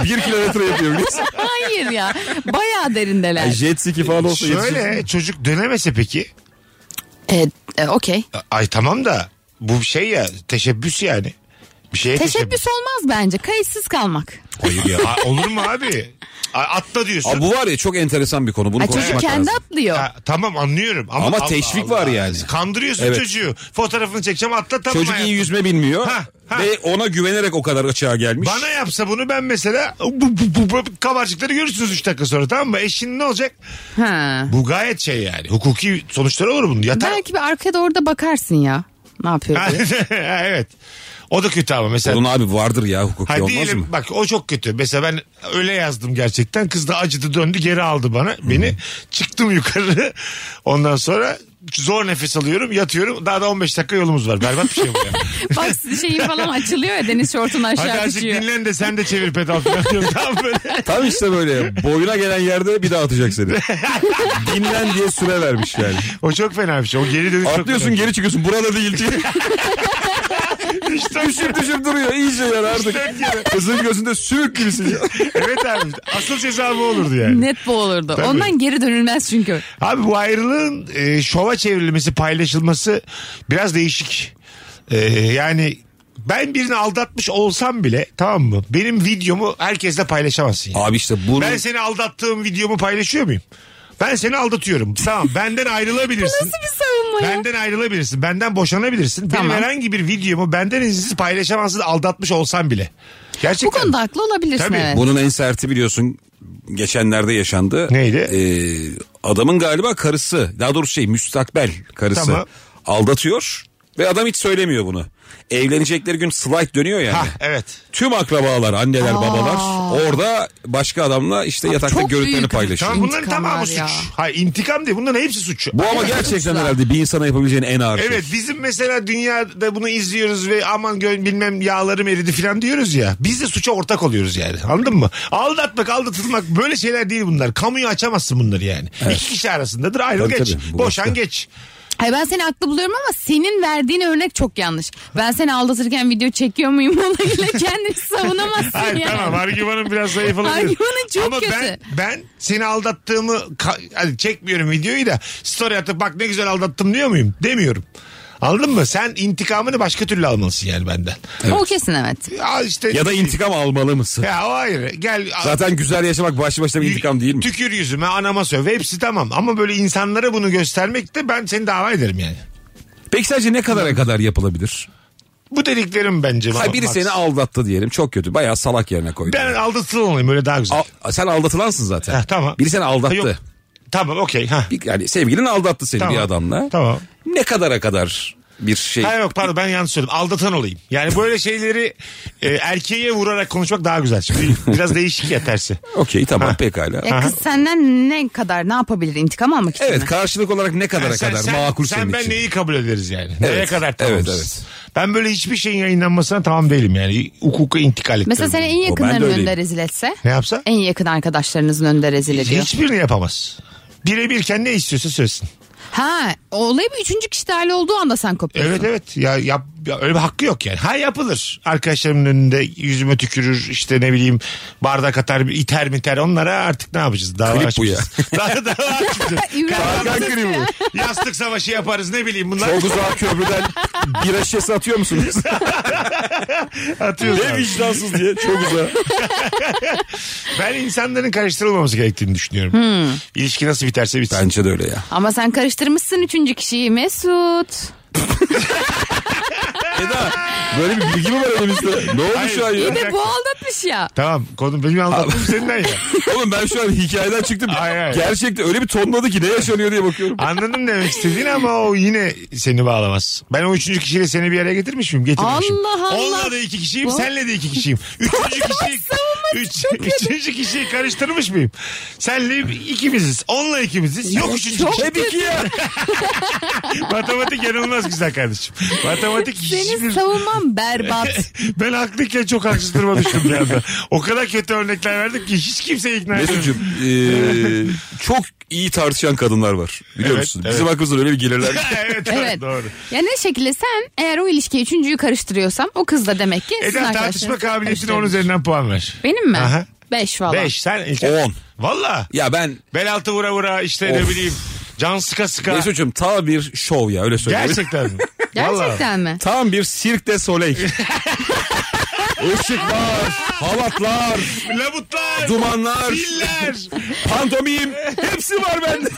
bir kilometre yapıyor biliyorsun.
Hayır ya. Bayağı derindeler.
Yani jet ski falan olsa yetişir.
Şöyle çocuk dönemese peki.
Evet, e, okey.
Ay tamam da bu bir şey ya teşebbüs yani. Bir şeye
Teşebbüs olmaz bence. Kayıtsız kalmak.
Hayır ya. Aa, olur mu abi? Aa, Atla diyorsun.
Abi bu var ya çok enteresan bir konu. Bunu
Ay,
konuşmak
çocuk kendi
lazım.
atlıyor.
Ha, tamam anlıyorum. Ama,
Ama teşvik var yani.
Kandırıyorsun
Evet.
çocuğu. Fotoğrafını çekeceğim atla tamam
Çocuk iyi
hayatım.
yüzme bilmiyor.
Ha, ha.
Ve ona güvenerek o kadar açığa gelmiş.
Bana yapsa bunu ben mesela bu, bu, bu, bu kabarcıkları görürsünüz 3 dakika sonra tamam mı? Eşin ne olacak?
Ha.
Bu gayet şey yani. Hukuki sonuçlar olur bunun. Yatar.
Belki bir arkaya doğru da bakarsın ya. Ne yapıyor diye.
evet. O da kötü ama mesela.
Bunun abi vardır ya hukuki
Hadi
olmaz
diyelim
mı?
bak o çok kötü. Mesela ben öyle yazdım gerçekten. Kız da acıdı döndü geri aldı bana beni. Çıktım yukarı. Ondan sonra zor nefes alıyorum yatıyorum. Daha da 15 dakika yolumuz var. Berbat bir şey bu ya.
Bak şeyi falan açılıyor ya deniz şortunu
Hadi
aşağı
azıcık
düşüyor.
dinlen de sen de çevir pedal falan diyorum. Tamam böyle.
Tam işte böyle boyuna gelen yerde bir daha atacak seni. Dinlen diye süre vermiş yani.
O çok fena bir şey. O geri dönüş çok
Atlıyorsun
fena.
geri çıkıyorsun burada değil diye.
İşte-
düşüp düşüp duruyor iyice yani artık. Kızın gözünde sümük gibisin ya.
evet abi. Asıl ceza bu olurdu yani.
Net bu olurdu. Ondan geri dönülmez çünkü.
Abi bu ayrılığın e, şova çevrilmesi, paylaşılması biraz değişik. E, yani ben birini aldatmış olsam bile tamam mı? Benim videomu herkesle paylaşamazsın. yani.
Abi işte bunu
Ben seni aldattığım videomu paylaşıyor muyum? Ben seni aldatıyorum. Tamam benden ayrılabilirsin.
Nasıl bir savunma ya?
Benden ayrılabilirsin. Benden boşanabilirsin. Benim
Tamam.
herhangi bir videomu benden izinsiz paylaşamazsın aldatmış olsam bile.
Bu
Gerçekten.
konuda haklı olabilirsin
Tabii.
evet.
bunun en serti biliyorsun geçenlerde yaşandı.
Neydi?
Ee, adamın galiba karısı daha doğrusu şey müstakbel karısı
Tamam.
aldatıyor ve adam hiç söylemiyor bunu. Evlenecekleri gün slide dönüyor yani.
Hah, evet.
Tüm akrabalar, anneler,
Aa.
babalar orada başka adamla işte yatakta
çok
görüntülerini
büyük
paylaşıyor.
Tamam bunların
İntikam
tamamı
var
suç.
ya.
Hayır intikam değil. Bunların hepsi suç.
Bu ama gerçekten herhalde bir insana yapabileceğin en ağır şey.
Evet bizim mesela dünyada bunu izliyoruz ve aman gö- bilmem yağlarım eridi falan diyoruz ya. Biz de suça ortak oluyoruz yani anladın mı? Aldatmak aldatılmak böyle şeyler değil bunlar. Kamuya açamazsın bunları yani. İki kişi arasındadır ayrıl
Tabii,
geç.
tabii. Bu
Boşan
başka.
geç.
Hayır ben seni haklı buluyorum ama senin verdiğin örnek çok yanlış. Ben seni aldatırken video çekiyor muyum olayıyla kendini savunamazsın
Hayır
yani.
tamam argümanın biraz zayıf olabilir.
Argümanın çok
Ama
kötü.
ben, ben seni aldattığımı ka- hani çekmiyorum videoyu da story atıp bak ne güzel aldattım diyor muyum? Demiyorum. Anladın mı? Sen intikamını başka türlü almalısın yani benden.
O kesin evet.
Ya işte
Ya da intikam almalı mısın?
Ya o ayrı. Gel
Zaten güzel yaşamak başlı başına bir intikam değil mi?
Tükür yüzüme anama söv hepsi tamam ama böyle insanlara bunu göstermek de ben seni dava ederim yani.
Peki sence ne kadara kadar yapılabilir?
Bu dediklerim bence.
Ha,
bana-
biri
bak.
seni aldattı diyelim çok kötü bayağı salak yerine koydu.
Ben aldatılan olayım öyle daha güzel.
Al- sen aldatılansın zaten.
Heh, tamam.
Biri seni aldattı.
Ha, yok. Tamam okey. Ha.
Bir- yani sevgilin aldattı seni
Tamam.
bir adamla.
Tamam.
Ne kadara kadar bir şey?
Ha yok pardon ben yanlış söyledim. Aldatan olayım. Yani böyle şeyleri e, erkeğe vurarak konuşmak daha güzel. Şimdi biraz değişik ya tersi.
Okey tamam pekala.
Ya kız senden ne kadar ne yapabilir intikam almak için
Evet
mi?
karşılık olarak ne kadara
Yani sen,
kadar
sen,
makul
sen
senin
ben
için?
neyi kabul ederiz yani? Nereye
Evet,
kadar tamamız?
evet, evet.
Ben böyle hiçbir şeyin yayınlanmasına tamam değilim yani. Hukuka intikal ettim.
Mesela seni en
O ben de
yakınların
öyleyim.
önünde rezil etse
Ne yapsa?
en yakın arkadaşlarınızın önünde rezil ediyor.
Hiçbirini yapamaz. Birebirken ne istiyorsa söylesin.
Ha olayı bir üçüncü kişi dahil olduğu anda sen kopuyorsun.
Evet evet ya, yap, ya öyle bir hakkı yok yani. Ha yapılır. Arkadaşlarımın önünde yüzüme tükürür işte ne bileyim bardak atar iter miter onlara artık ne yapacağız? Dava
Klip bu ya.
açmayacağız. Daha dava açmayacağız.
İbrahim
Hakan Krim mi?
Yastık savaşı yaparız ne bileyim bunlar
Çok uzağa köprüden bira şişesi atıyor musunuz?
atıyoruz. abi.
vicdansız diye çok uzağa.
Ben insanların karıştırılmaması gerektiğini düşünüyorum.
Hmm.
İlişki nasıl biterse bitsin.
Bence de öyle ya.
ama sen karıştırmışsın üçüncü kişiyi Mesut.
Eda böyle bir bilgi mi var elimizde? Ne oldu
Hayır.
şu an ya?
İyi de bu aldatmış ya.
Tamam konu benim anlattım senden ya.
Oğlum ben şu an hikayeden çıktım.
Hayır, hayır.
Gerçekten öyle bir tonladı ki ne yaşanıyor diye bakıyorum.
Anladım demek istediğin ama o yine seni bağlamaz. Ben o üçüncü kişiyle seni bir araya getirmiş miyim? Getirmişim.
Allah Allah.
Onunla da iki kişiyim, senle de iki kişiyim. Üçüncü kişiyi, üç, üçüncü kişiyi karıştırmış mıyım? Senle ikimiziz, onunla ikimiziz. Yok üçüncü
çok
kişi.
Hep iki ya.
Matematik yanılmaz güzel kardeşim. Matematik
Senin
hiçbir...
savunman berbat.
Ben haklıyken çok haksız duruma düştüm bir anda. O kadar kötü örnekler verdim ki hiç kimseyi ikna
Mesut'cum
edemedim.
eee, çok iyi tartışan kadınlar var. Biliyor
Evet,
musun?
evet.
Bizim hakkımızda öyle bir gelirler. ki.
evet, evet,
Evet.
doğru.
Ya ne şekilde sen eğer o ilişkiye üçüncüyü karıştırıyorsan o kız da demek
E,
ki sizin
Eda tartışma
arkadaşlarınızı
kabiliyetine
karıştırmış.
10 üzerinden puan ver.
Benim mi?
Aha.
5 valla.
5 sen ilk.
On.
Valla.
ya ben
Bel altı vura vura işte ne
Of.
bileyim. Can sıka sıka.
Mesut'cum ta bir şov ya öyle söyleyeyim.
Gerçekten mi? Valla.
Gerçekten mi?
Tam bir Cirque de Soleil. Işıklar, halatlar,
Labutlar.
dumanlar,
Filler.
pantomim hepsi var bende.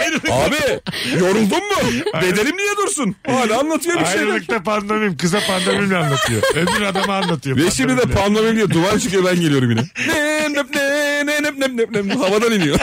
Ayrılık-
Abi yoruldun mu? Bedenim niye dursun? Hala anlatıyor
şey
bir şeyler.
Ayrılıkta pandomim. Kıza pandomimle anlatıyor. Öbür adama anlatıyor.
Ve şimdi de
pandomimle.
pandomim diye duvar çıkıyor ben geliyorum yine. Nem, nem, nem, nem, nem, nem, nem. Havadan iniyor.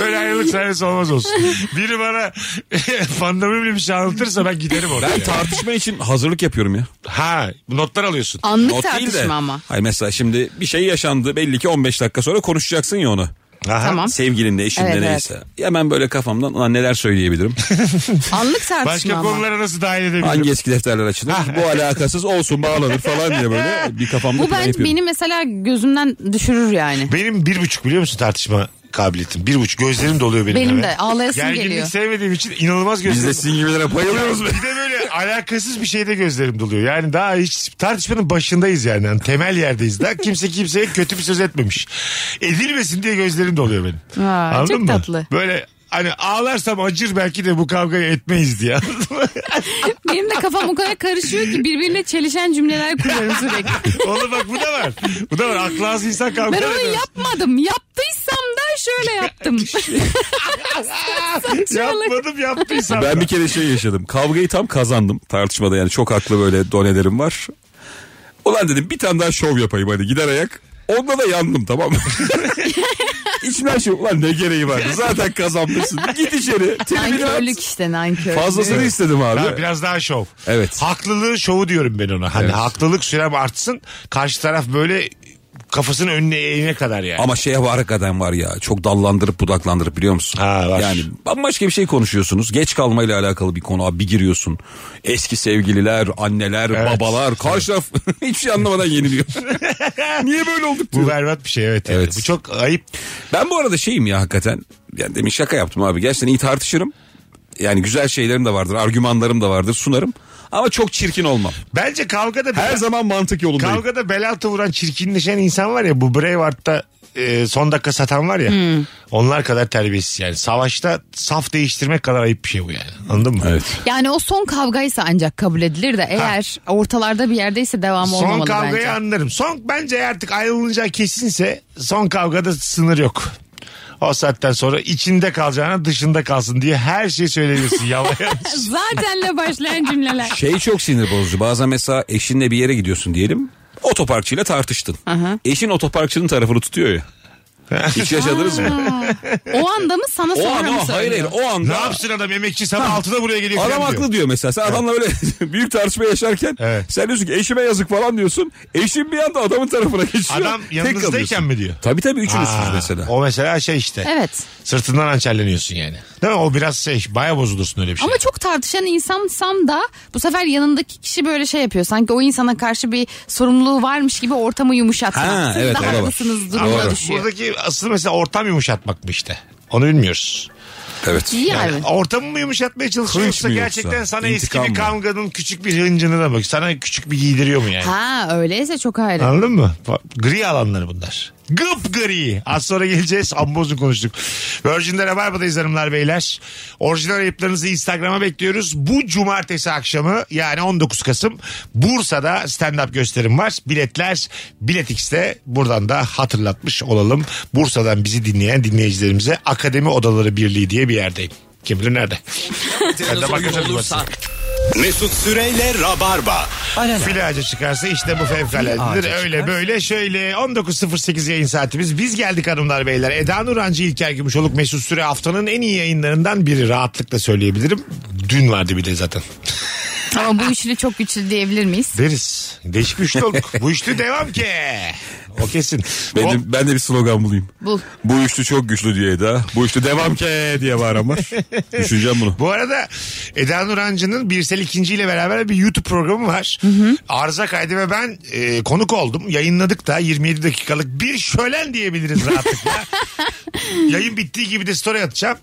Böyle ayrılık sahnesi olmaz olsun. Biri bana pandomimle bir şey anlatırsa ben giderim oraya.
Ben tartışma için hazırlık yapıyorum ya.
Ha notlar alıyorsun.
Anlık
Not değil de-
tartışma ama.
Hayır mesela şimdi bir şey yaşandı belli ki 15 dakika sonra konuşacaksın ya onu.
Aha.
Tamam.
Sevgilinle, eşinle
Evet, evet.
neyse. Hemen böyle kafamdan "Ulan neler söyleyebilirim.
Anlık tartışma
Başka
ama.
konulara nasıl dahil edebilirim?
Hangi eski defterler açılır? Bu alakasız olsun bağlanır falan diye böyle bir kafamda
Bu
plan
bence
yapıyorum.
beni mesela gözümden düşürür yani.
Benim bir buçuk biliyor musun tartışma kabiliyetim. Bir buçuk gözlerim doluyor benim.
Benim
hemen.
de, ağlayasım
Gerginlik
geliyor.
sevmediğim için inanılmaz
Biz
gözlerim.
de sizin gibilere bayılıyoruz.
Bir de böyle alakasız bir şeyde gözlerim doluyor. Yani daha hiç tartışmanın başındayız yani. Yani temel yerdeyiz. Daha kimse kimseye kötü bir söz etmemiş. Edilmesin diye gözlerim doluyor benim.
Aa,
Anladın
çok
mı?
tatlı.
Böyle hani ağlarsam acır belki de bu kavgayı etmeyiz diye. Anladın mı?
Benim de kafam o kadar karışıyor ki birbirine çelişen cümleler kuruyorum sürekli.
Oğlum bak bu da var. Bu da var. Aklı az insan kavga
Ben
eder.
onu yapmadım. Yaptıysam da şöyle yaptım.
Yapmadım yaptıysam.
Ben bir kere şey yaşadım. Kavgayı tam kazandım tartışmada yani çok haklı böyle donelerim var. Ulan dedim bir tane daha şov yapayım hadi gider ayak. Onda da yandım tamam mı? İçimden şey ulan ne gereği vardı zaten kazanmışsın. Git içeri. tribüne at.
Nankörlük işte nankörlük.
Fazlasını istedim abi.
Ha, biraz daha şov.
Evet.
Haklılığı şovu diyorum ben ona. Hani
Evet.
haklılık sürem artsın. Karşı taraf böyle kafasını önüne eğine kadar yani.
Ama şeye var hakikaten var ya çok dallandırıp budaklandırıp biliyor musun?
Ha, var.
Yani bambaşka bir şey konuşuyorsunuz. Geç kalmayla alakalı bir konu abi bir giriyorsun. Eski sevgililer, anneler,
Evet.
babalar karşı taraf hiçbir şey anlamadan yeniliyor. Niye böyle olduk
Bu
diyor.
berbat bir şey evet. yani.
Evet.
Bu çok ayıp.
Ben bu arada şeyim ya hakikaten. Yani demin şaka yaptım abi. Gerçekten iyi tartışırım. Yani güzel şeylerim de vardır, argümanlarım da vardır, sunarım. Ama çok çirkin olmam.
Bence kavgada
Her zaman mantık yolundayım.
kavgada bel altı vuran çirkinleşen insan var ya bu Braveheart'ta e, son dakika satan var ya. Onlar kadar terbiyesiz yani. Savaşta saf değiştirmek kadar ayıp bir şey bu yani. Anladın mı?
Evet.
Yani o son kavgaysa ancak kabul edilir de eğer ortalarda bir yerdeyse devamı
Son
olmamalı
kavgayı
bence.
anlarım. Son bence artık ayrılınacağı kesinse son kavgada sınır yok. O saatten sonra içinde kalacağına dışında kalsın diye her şeyi söyleyebilirsin. Yalan yanlış.
Zatenle başlayan cümleler.
Şey çok sinir bozucu. Bazen mesela eşinle bir yere gidiyorsun diyelim. Otoparkçıyla tartıştın. Eşin otoparkçının tarafını tutuyor ya. Hiç yaşadınız mı?
O anda mı sana
Şey. O
sonra
an
mı
o hayır hayır
söylüyor?
o
ne
anda
yapsın adam emekçi sabah altıda buraya geliyor. falan
adam
diyor.
haklı diyor mesela. Sen adamla öyle büyük tartışma yaşarken
Evet.
sen diyorsun ki eşime yazık falan diyorsun. Eşin bir anda adamın tarafına geçiyor.
Adam
Tek
yanınızdayken
kalıyorsun.
mi diyor?
Tabii tabii üçünüzsünüz
Aa,
mesela.
O mesela şey işte.
Evet.
Sırtından hançerleniyorsun yani. Değil mi? O biraz şey baya bozulursun öyle bir şey.
Ama çok tartışan insansam da bu sefer yanındaki kişi böyle şey yapıyor. Sanki o insana karşı bir sorumluluğu varmış gibi ortamı yumuşatmak.
Ha,
Siz
evet,
daha
o da var.
haklısınız
Ama
durumuna düşüyor.
buradaki asıl mesela ortam yumuşatmak mı işte? Onu bilmiyoruz.
Evet.
İyi
Yani
yani.
ortamı mı yumuşatmaya
Hınç
çalışıyorsa
mı yoksa?
gerçekten sana
İntikam
eski bir
mı?
kavganın küçük bir hıncını da bak. Sana küçük bir giydiriyor mu yani?
Ha öyleyse çok ayrı.
Anladın mı? Fa- Gri alanları bunlar. Gıp gri. Az sonra geleceğiz. Ambozun konuştuk. Virgin'de Rabarba'dayız hanımlar beyler. Orijinal ayıplarınızı Instagram'a bekliyoruz. Bu cumartesi akşamı yani 19 Kasım Bursa'da stand-up gösterim var. Biletler Bilet X'te. Buradan da hatırlatmış olalım. Bursa'dan bizi dinleyen dinleyicilerimize Akademi Odaları Birliği diye bir yerdeyim. Kim bilir nerede? Ben de bakacağım burası.
Mesut Süreyle Rabarba.
Filaca çıkarsa işte bu fevkaladedir.
Filaca
Öyle
çıkarsa.
böyle şöyle 19.08 yayın saatimiz. Biz geldik hanımlar beyler. Eda Nurancı, İlker Gümüşoluk, Mesut Süre haftanın en iyi yayınlarından biri. Rahatlıkla söyleyebilirim. Dün vardı bir de zaten.
Ama bu üçlü çok güçlü diyebilir miyiz?
Deriz. Değişik bir üçlü olduk. Bu üçlü devam ki. O kesin.
Ben
O-
de, ben de bir slogan bulayım.
Bul.
Bu üçlü çok güçlü diye Eda. Bu üçlü devam ke diye bağıran var. Düşüneceğim bunu.
Bu arada Eda Nurancı'nın Birsel İkinci ile beraber bir YouTube programı var. Arıza kaydı ve ben e, konuk oldum. Yayınladık da 27 dakikalık bir şölen diyebiliriz rahatlıkla. Yayın bittiği gibi de story atacağım.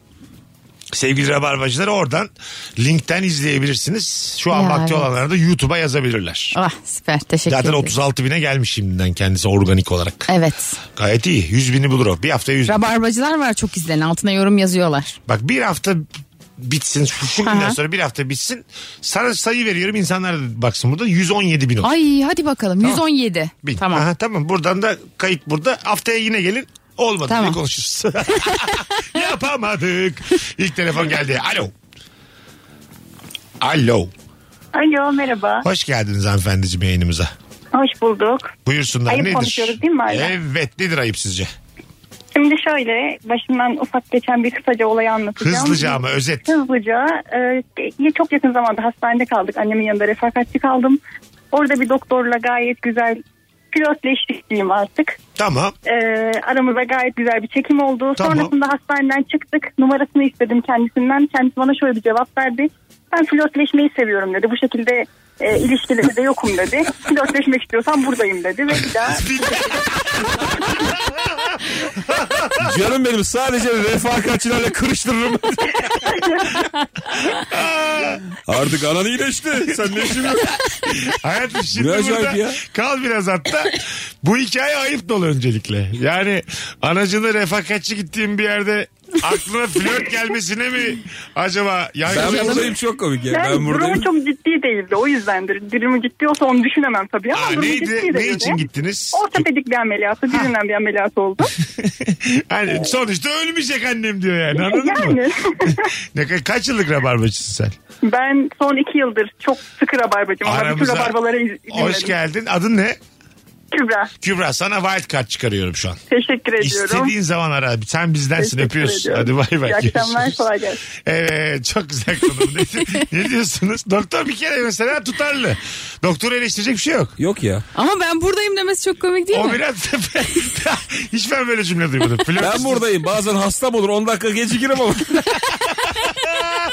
Sevgili Rabarbacıları oradan linkten izleyebilirsiniz. Şu an
Ya,
vakti
evet.
olanlar da YouTube'a yazabilirler.
Ah süper teşekkür
Zaten
ederim.
36 bine gelmiş şimdiden kendisi organik olarak.
Evet.
Gayet iyi. 100 bini bulur o. Bir hafta 100 bin.
Rabarbacılar var çok izlenen. Altına yorum yazıyorlar.
Bak bir hafta bitsin şu, şu
Aha.
günden sonra bir hafta bitsin sana sayı veriyorum insanlar da baksın burada 117 bin olur.
Ay hadi bakalım. 117.
Bin.
Tamam.
Aha, tamam buradan da kayıt burada haftaya yine gelin olmadı
Tamam.
diye konuşuruz. Yapamadık. İlk telefon geldi. Alo. Alo.
Alo merhaba.
Hoş geldiniz hanımefendiciğim yayınımıza.
Hoş bulduk.
Buyursunlar
Ayıp
nedir?
konuşuyoruz değil mi hala?
Evet nedir ayıp sizce?
Şimdi şöyle başımdan ufak geçen bir kısaca olayı anlatacağım.
Hızlıca ama özet.
Hızlıca e, çok yakın zamanda hastanede kaldık. Annemin yanında refakatçi kaldım. Orada bir doktorla gayet güzel pilotleştik diyeyim artık.
Tamam.
E, aramızda gayet güzel bir çekim oldu.
Tamam.
Sonrasında hastaneden çıktık. Numarasını istedim kendisinden. Kendisi bana şöyle bir cevap verdi. Ben flörtleşmeyi seviyorum dedi. Bu şekilde e, ilişkileri de yokum dedi. Flörtleşmek istiyorsan buradayım dedi. Ve bir daha
Canım benim sadece refakatçilerle kırıştırırım. Artık anan iyileşti. Sen ne işin yok?
Hayatım şimdi
Ne acayip
burada
ya.
kal biraz hatta. Bu hikaye ayıp dolu öncelikle. Yani anacını refakatçi gittiğim bir yerde aklına flört gelmesine mi acaba
Ben
yaygın
buradayım çok komik ya.
Yani
Ben
durumu
buradayım.
çok ciddi değildi o yüzdendir. Durumu ciddi olsa onu düşünemem tabii ama
Aa,
durumu
neydi?
ciddiydi.
Ne
dedi.
için gittiniz?
Ortopedik bir ameliyatı, birinden bir ameliyat oldu.
Yani sonuçta ölmeyecek annem diyor yani anladın mı?
yani
Ne, ka- kaç yıllık rabarbacısın sen?
ben son iki yıldır çok sıkı rabarbacım ama bütün
Aramıza
rabarbalara iz-
hoş
dinledim.
geldin. Adın ne?
Kübra
Kübra sana wild card çıkarıyorum şu an.
teşekkür ediyorum.
İstediğin zaman ara. Sen bizdensin
Teşekkür
öpüyoruz.
ediyorum.
Hadi bay bay.
İyi akşamlar
Görüşürüz.
kolay gelsin.
Evet çok güzel konu. ne, ne diyorsunuz? Doktor bir kere mesela tutarlı. Doktoru eleştirecek bir şey yok.
Yok ya.
Ama ben buradayım demesi çok komik değil
O
mi?
biraz hiç ben böyle cümle duymadım. Flört
Ben buradayım. Bazen hastam olur. 10 dakika gecikirim ama.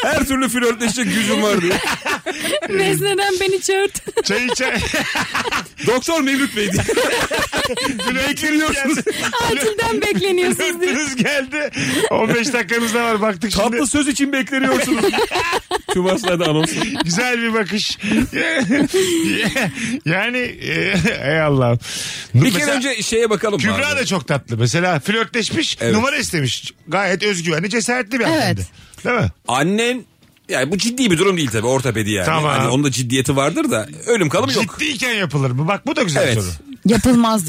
Her türlü flörtleşecek gücüm var diye.
Nezleden beni çağırt.
Çay içer.
Doktor Mevlüt Bey diye.
Bekliyorsunuz.
Atilden bekleniyorsunuz diye.
Flörtünüz geldi. 15 dakikanız daha var baktık şimdi.
Tatlı söz için bekleniyorsunuz. Tüm hastanede anonsu.
Güzel bir bakış. yani e, ey Allah'ım.
Bir
Mesela
kere önce şeye bakalım.
Kübra
bari.
da çok tatlı. Mesela flörtleşmiş,
Evet.
numara istemiş. Gayet özgüvenli, cesaretli bir
Evet.
hanımefendi. Değil mi?
Annen yani bu ciddi bir durum değil tabii ortopedi yani.
Tamam.
Hani onun da ciddiyeti vardır da ölüm kalım yok.
Ciddiyken yapılır mı? Bak bu da güzel
Evet.
soru.
Yapılmaz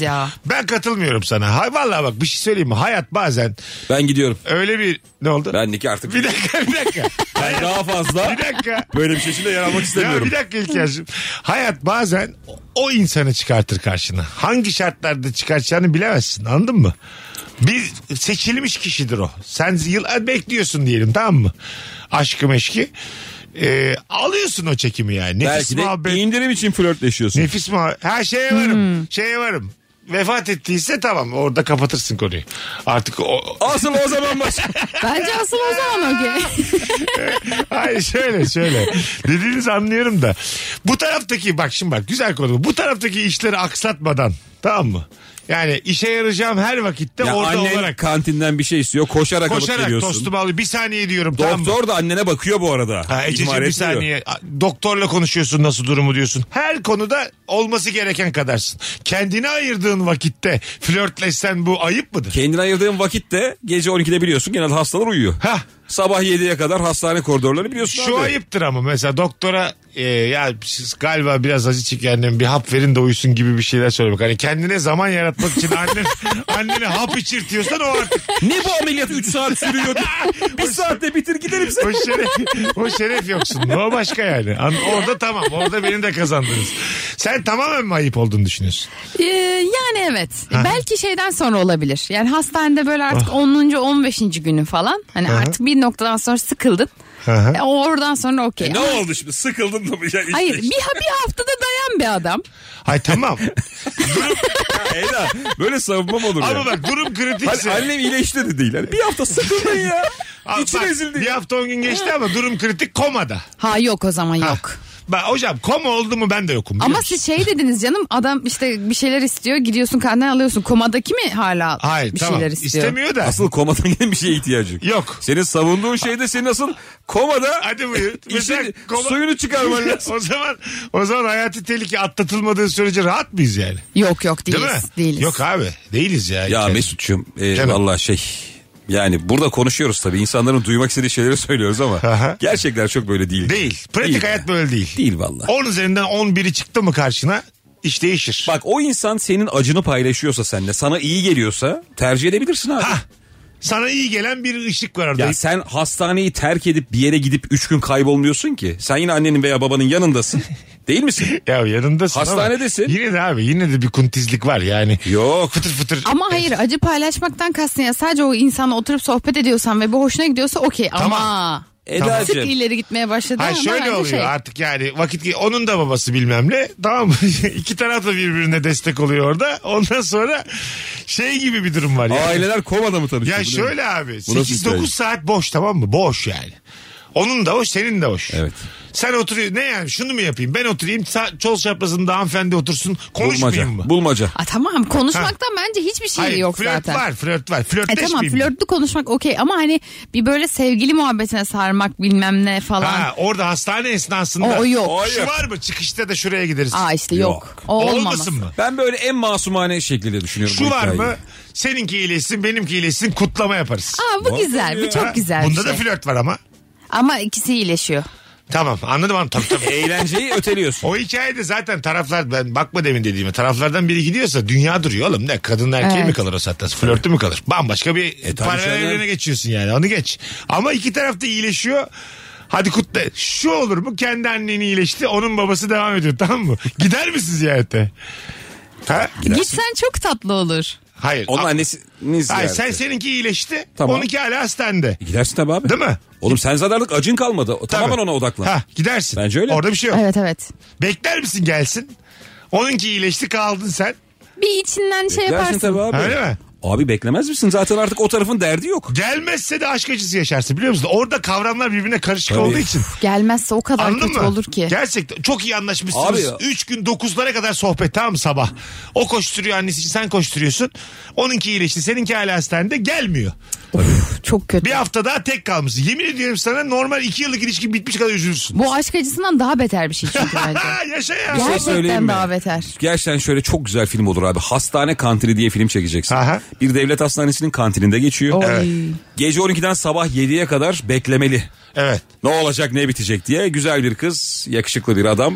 ya.
Ben katılmıyorum sana. Hay vallahi bak bir şey söyleyeyim mi? Hayat bazen
Ben gidiyorum.
öyle bir ne oldu?
Benlik artık.
Bir dakika bir dakika.
Ben daha fazla
bir dakika.
böyle bir şey içinde yer almak
Ya
istemiyorum.
bir dakika İlker'cim. Hayat bazen o- o insanı çıkartır karşına. Hangi şartlarda çıkartacağını bilemezsin anladın mı? Bir seçilmiş kişidir o. Sen yıl e, bekliyorsun diyelim tamam mı? Aşkı meşki. Ee, alıyorsun o çekimi yani. Nefis
Belki de
muhabbet.
indirim için flörtleşiyorsun.
Nefis mi? Hmm. Her şeye varım. Şeye varım. Vefat ettiyse tamam orada kapatırsın konuyu. Artık o...
Asıl o zaman baş.
Bence asıl o zaman okey.
Hayır şöyle şöyle. Dediğinizi anlıyorum da. Bu taraftaki bak şimdi bak güzel konu. Bu taraftaki işleri aksatmadan tamam mı? Yani işe yarayacağım her vakitte
ya
orada
annen
olarak.
kantinden bir şey istiyor. Koşarak, alıp
Koşarak
geliyorsun.
tostumu alıyorum. Bir saniye diyorum tamam mı?
Doktor da annene bakıyor bu arada.
Ha, Ececiğim
İhmal
bir
etmiyor.
saniye. Doktorla konuşuyorsun nasıl durumu diyorsun. Her konuda olması gereken kadarsın. Kendine ayırdığın vakitte flörtleşsen bu ayıp mıdır?
Kendine ayırdığın vakitte gece 12'de biliyorsun genel hastalar uyuyor.
Ha
Sabah 7'ye kadar hastane koridorları biliyorsun
Şu
abi.
ayıptır ama mesela doktora e, ya siz galiba biraz acı çekendim bir hap verin de uyusun gibi bir şeyler söylemek. Hani kendine zaman yaratmak için annen, annene hap içirtiyorsan o artık
Ne bu ameliyat 3 saat sürüyor? bir saatte bitir giderim sen.
o şeref, o şeref yoksun. O başka yani. An- Orada tamam. Orada beni de kazandınız. Sen tamamen mi ayıp olduğunu düşünüyorsun?
Ee, yani evet. Belki şeyden sonra olabilir. Yani hastanede böyle
Ah.
artık 10. 15. günü falan. Hani artık bir noktadan sonra sıkıldın.
Aha.
E, oradan sonra okey.
Ne oldu şimdi? Sıkıldın da mı? Ya işte-
Hayır bir, bir haftada dayan bir adam.
Hay tamam.
Ya Eda böyle savunmam olur ya.
Ama bak durum kritikse.
Hani annem iyileşti de değil. Hani bir hafta sıkıldın ya.
Al
İçim
bak,
ezildi.
Bir hafta 10 gün geçti ama durum kritik komada.
Ha yok o zaman yok.
Bak hocam koma oldu mu ben de yokum. biliyor
Ama
musun?
siz şey dediniz canım adam işte bir şeyler istiyor gidiyorsun karnına alıyorsun. Komadaki mi hala
Hayır
bir
tamam.
şeyler istiyor?
İstemiyor da.
Asıl komadan gelen bir şeye ihtiyacı yok.
Yok.
Senin savunduğun şey de senin asıl komada
Hadi buyur.
işini-
Mesela koma-
suyunu çıkarman lazım.
o zaman o zaman hayati tehlike atlatılmadığı sürece rahat mıyız yani?
Yok yok değiliz.
Değil mi?
değiliz.
Yok abi. Değiliz ya.
Ya
Yani.
Mesut'cum e,
Canım.
valla şey yani burada konuşuyoruz tabii insanların duymak istediği şeyleri söylüyoruz ama
Aha.
gerçekler çok böyle değil.
Değil. Pratik
Değil.
hayat böyle değil.
Değil valla.
10 üzerinden 11'i çıktı mı karşına iş değişir.
Bak o insan senin acını paylaşıyorsa seninle sana iyi geliyorsa tercih edebilirsin abi.
Hah. Sana iyi gelen bir ışık var orada.
Ya sen hastaneyi terk edip bir yere gidip 3 gün kaybolmuyorsun ki. Sen yine annenin veya babanın yanındasın. Değil misin?
Ya yanındasın
Hastanedesin.
Ama yine de abi yine de bir kuntizlik var yani.
Yok.
Fıtır fıtır. E,
Ama hayır acı paylaşmaktan kastın ya sadece o insanla oturup sohbet ediyorsan ve bu hoşuna gidiyorsa okey ama sık
Eda'cığım.
ileri gitmeye başladı
Hayır
ama
şöyle
bence
oluyor
şey.
artık yani vakit ge- onun da babası bilmem ne tamam mı? iki taraf da birbirine destek oluyor orada ondan sonra şey gibi bir durum var yani.
Aileler komada mı tanışıyor?
Ya
biliyor musun?
şöyle abi
Bu nasıl
8-9
hikaye?
saat boş tamam mı? Boş yani. Onun da hoş senin de hoş.
Evet.
Sen oturuyor ne yani şunu mu yapayım ben oturayım sa- çol çaprazında hanımefendi otursun
Bulmaca.
konuşmayayım mı?
Bulmaca.
Aa, tamam konuşmaktan bence hiçbir şey yok
flört
zaten.
var flört var
E
flörtleşmeyeyim.
tamam
mi?
flörtlü konuşmak okey ama hani bir böyle sevgili muhabbetine sarmak bilmem ne falan.
Ha, orada hastane esnasında.
O- o yok.
Şu var mı çıkışta da şuraya gideriz.
Aa işte yok.
Yok.
O
Olmasın
olmaması.
mı?
Ben böyle en masumane şekilde düşünüyorum. bu
Şu var
hikayeyi.
mı? Seninki iyileşsin benimki iyileşsin kutlama yaparız.
Aa bu
Var
güzel
tabii
bu
ya.
çok güzel
Bunda
bir
da
şey.
flört var ama.
Ama ikisi iyileşiyor.
Tamam anladım anladım. Tabii, tabii.
Eğlenceyi öteliyorsun.
O hikayede zaten taraflar ben bakma demin dediğime taraflardan biri gidiyorsa dünya duruyor oğlum ne kadın erkeği
Evet.
mi kalır o saatten sonra? flörtü mü kalır bambaşka bir
E, tabii
paralel
canım.
evrene geçiyorsun yani onu geç ama iki taraf da iyileşiyor hadi kutla şu olur mu kendi annen iyileşti onun babası devam ediyor tamam mı gider misin ziyarete ha?
Gitsen çok tatlı olur.
hayır
Onun
A-
annesini
Hayır,
ziyarete.
sen seninki iyileşti
Tamam.
onunki hala hastanede
E Gidersin tabii abi.
Değil mi?
Oğlum sen zaten artık acın kalmadı. O- Tamamen
Tabii.
ona odaklan.
ha, gidersin
Bence öyle.
orada bir şey yok
Evet evet.
bekler misin gelsin onunki iyileşti kaldın sen
Bir içinden şey
Gidersin
yaparsın.
tabii abi.
Öyle mi?
Abi beklemez misin? Zaten artık o tarafın derdi yok.
Gelmezse de aşk acısı yaşarsın biliyor musun? Orada kavramlar birbirine karışık
Tabii.
olduğu için.
Gelmezse o kadar
Anladın
kötü
mı?
olur ki.
Gerçekten çok iyi anlaşmışsınız.
Abi ya.
3 gün 9'lara kadar sohbet tamam mı sabah? O koşturuyor annesi için sen koşturuyorsun. Onunki iyileşti seninki hala hastanede gelmiyor.
Çok kötü.
Bir hafta daha tek kalmışsın. Yemin ediyorum sana normal 2 yıllık ilişki bitmiş kadar üzülürsün.
Bu aşk acısından daha beter bir şey çünkü bence.
Ha yaşa ya.
şey söyleyeyim
Gerçekten
mi?
daha beter.
Gerçekten şöyle çok güzel film olur abi. Hastane Kantini diye film çekeceksin.
Aha.
Bir devlet hastanesinin kantininde geçiyor.
Oy.
Gece 12'den sabah 7'ye kadar beklemeli.
Evet.
Ne olacak ne bitecek diye güzel bir kız, yakışıklı bir adam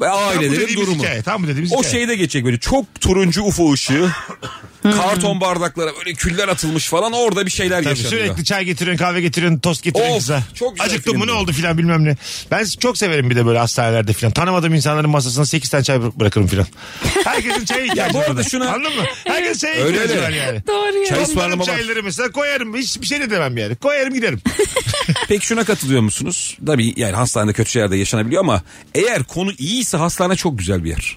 ve
Tam bu
ailelerin
dediğimiz
durumu.
hikaye. Tam bu dediğimiz
O şey
hikaye.
şeyde geçecek böyle çok turuncu UFO ışığı. karton bardaklara böyle küller atılmış falan orada bir şeyler
Tabii
yaşanıyor.
sürekli çay getiriyorsun, kahve getiriyorsun, tost getiriyorsun
Of,
kıza.
çok güzel
Acıktın mı ne
filmdi.
oldu filan bilmem ne. Ben çok severim bir de böyle hastanelerde filan. Tanımadığım insanların masasına 8 tane çay bı- bırakırım filan. Herkesin çaya ihtiyacı
bu
var.
arada şuna-
Anladın mı? Herkesin çaya
Öyle
ihtiyacı
öyle.
var yani.
Doğru ya.
Çay
Onların
ısmarlama bak.
çayları mesela koyarım. Hiçbir şey de demem yani. Koyarım giderim.
Peki şuna katılıyor musunuz? Tabii yani hastanede kötü şeyler de yaşanabiliyor ama eğer konu iyiyse hastane çok güzel bir yer.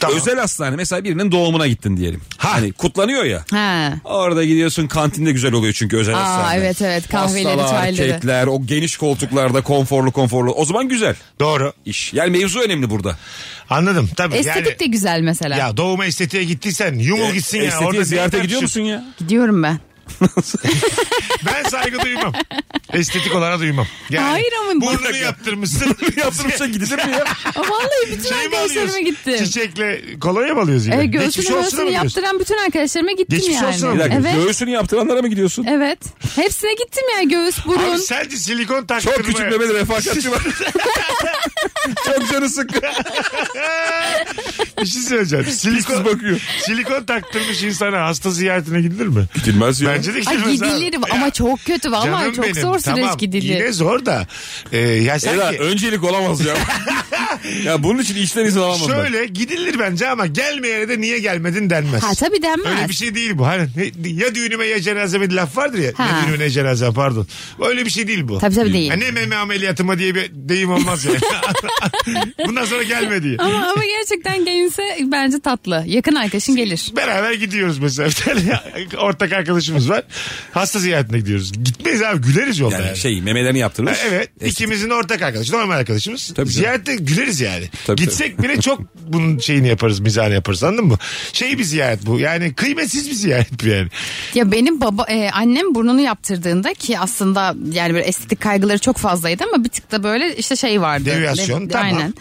Tamam.
Özel hastane mesela birinin doğumuna gittin diyelim.
Ha.
Hani kutlanıyor ya.
Ha.
Orada gidiyorsun kantinde güzel oluyor çünkü özel
Aa,
hastane.
evet, evet. Kahveleri,
Pastalar,
çayları.
kekler, o geniş koltuklarda konforlu konforlu. O zaman güzel
Doğru.
iş. Yani mevzu önemli burada.
Anladım tabii.
Estetik de güzel mesela.
yani, ya doğuma estetiğe gittiysen yumul gitsin ya.
Estetiğe
Orada
ziyarete
neyi
gidiyor
tartışıyorsun?
musun ya?
Gidiyorum ben.
Ben saygı duymam. Estetik olarak duymam. Yani
Hayır ama- Bir
Burnunu
dakika.
yaptırmışsın.
Yaptırmışa gidilir mi ya?
Aa, Vallahi bütün
Şey mi alıyoruz?
arkadaşlarıma gittim.
Çiçekle kolonya mı alıyoruz yine?
E,
Geçmiş
göğsünü
olsuna mı
göğsünü
gidiyorsun?
yaptıran bütün arkadaşlarıma gittim
Geçmiş
yani.
olsuna mı
Bir dakika
evet.
göğsünü yaptıranlara mı gidiyorsun?
Evet. Hepsine gittim ya göğüs, burun.
Abi sence silikon taktırma.
Çok küçük memeli refakatçi var. Çok canı sıkkın.
Bir şey söyleyeceğim.
Pis
Silikon,
pis bakıyor.
silikon taktırmış insana hasta ziyaretine gidilir mi?
Gidilmez ya.
Bence de
Ay
gidilmez
gidilir
abi.
ama
Ya,
çok kötü
canım
vallahi çok
benim.
zor süreç
Tamam,
gidilir.
Yine zor da. Ee, ya
Eda
sanki
öncelik olamaz ya. ya bunun için işten izin alamam ben.
şöyle gidilir bence ama gelmeyene de niye gelmedin denmez.
Ha tabii denmez.
Öyle bir şey değil bu. Hani ne- ya düğünüme ya cenazeme bir laf vardır ya.
Ha.
Ne düğünüme ne cenazeme pardon. Öyle bir şey değil bu.
Tabii tabii değil.
Ya ne meme ameliyatıma diye bir deyim olmaz yani. Bundan sonra gelme diye.
Ama, ama gerçekten gelirse bence tatlı. Yakın arkadaşın gelir.
Beraber gidiyoruz mesela. Bir tane ortak arkadaşımız var. Hasta ziyaretine gidiyoruz. Gitmeyiz abi güleriz yolda yani.
Yani şey memelerini yaptırmış.
Ha, E, Evet.
Estetik.
ikimizin ortak arkadaşı. Normal arkadaşımız.
Tabii
Ziyarette güleriz yani.
Tabii,
Gitsek bile çok bunun şeyini yaparız, mizahını yaparız. Anladın mı? Şey bir ziyaret bu. Yani kıymetsiz bir ziyaret bu yani.
Ya benim baba e, annem burnunu yaptırdığında ki aslında yani böyle estetik kaygıları çok fazlaydı ama bir tık da böyle işte şey vardı.
Deviyasyon, tamam.
Aynen.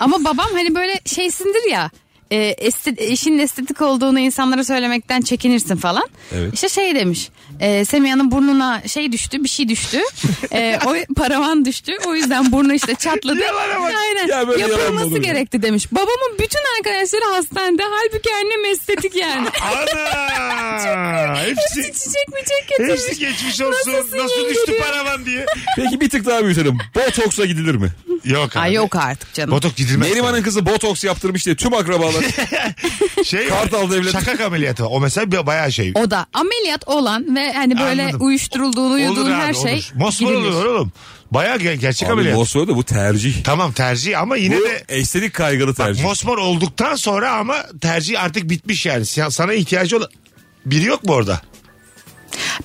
Ama babam hani böyle şeysindir ya. E, esti- işin estetik olduğunu insanlara söylemekten çekinirsin falan.
Evet.
İşte şey demiş. E, Semiha'nın burnuna şey düştü, bir şey düştü. E, o paravan düştü. O yüzden burnu işte çatladı.
Yalana bak.
Aynen.
Ya böyle yalan mı olur
Yapılması
ya?
gerekti demiş. Babamın bütün arkadaşları hastanede. Halbuki annem estetik yani.
Ana! Hepsi,
Hepsi çiçek mi çiçek
hepsi
getirmiş.
geçmiş olsun.
Nasılsın
Nasıl
yenge
düştü
diyor.
paravan diye.
Peki bir tık daha büyütelim. Botoksa gidilir mi?
Yok abi.
Ay yok artık canım.
Botok gidilmez.
Neriman'ın kızı botoks yaptırmış diye tüm akrabalar.
şey
Kartal Devlet.
Şakak ameliyatı. O mesela bir- bayağı şey.
O da ameliyat olan ve hani böyle
Anladım.
uyuşturulduğunu uyuduğun
Olur abi,
her şey
olur. Mosmor
gidilir.
olur oğlum. Bayağı ger- gerçek
Abi
ameliyat.
Bosfor'da da bu tercih.
Tamam tercih ama yine
bu
de
estetik kaygılı tercih.
mosmor olduktan sonra ama tercih artık bitmiş yani. Sen- Sana ihtiyacı olan biri yok mu orada?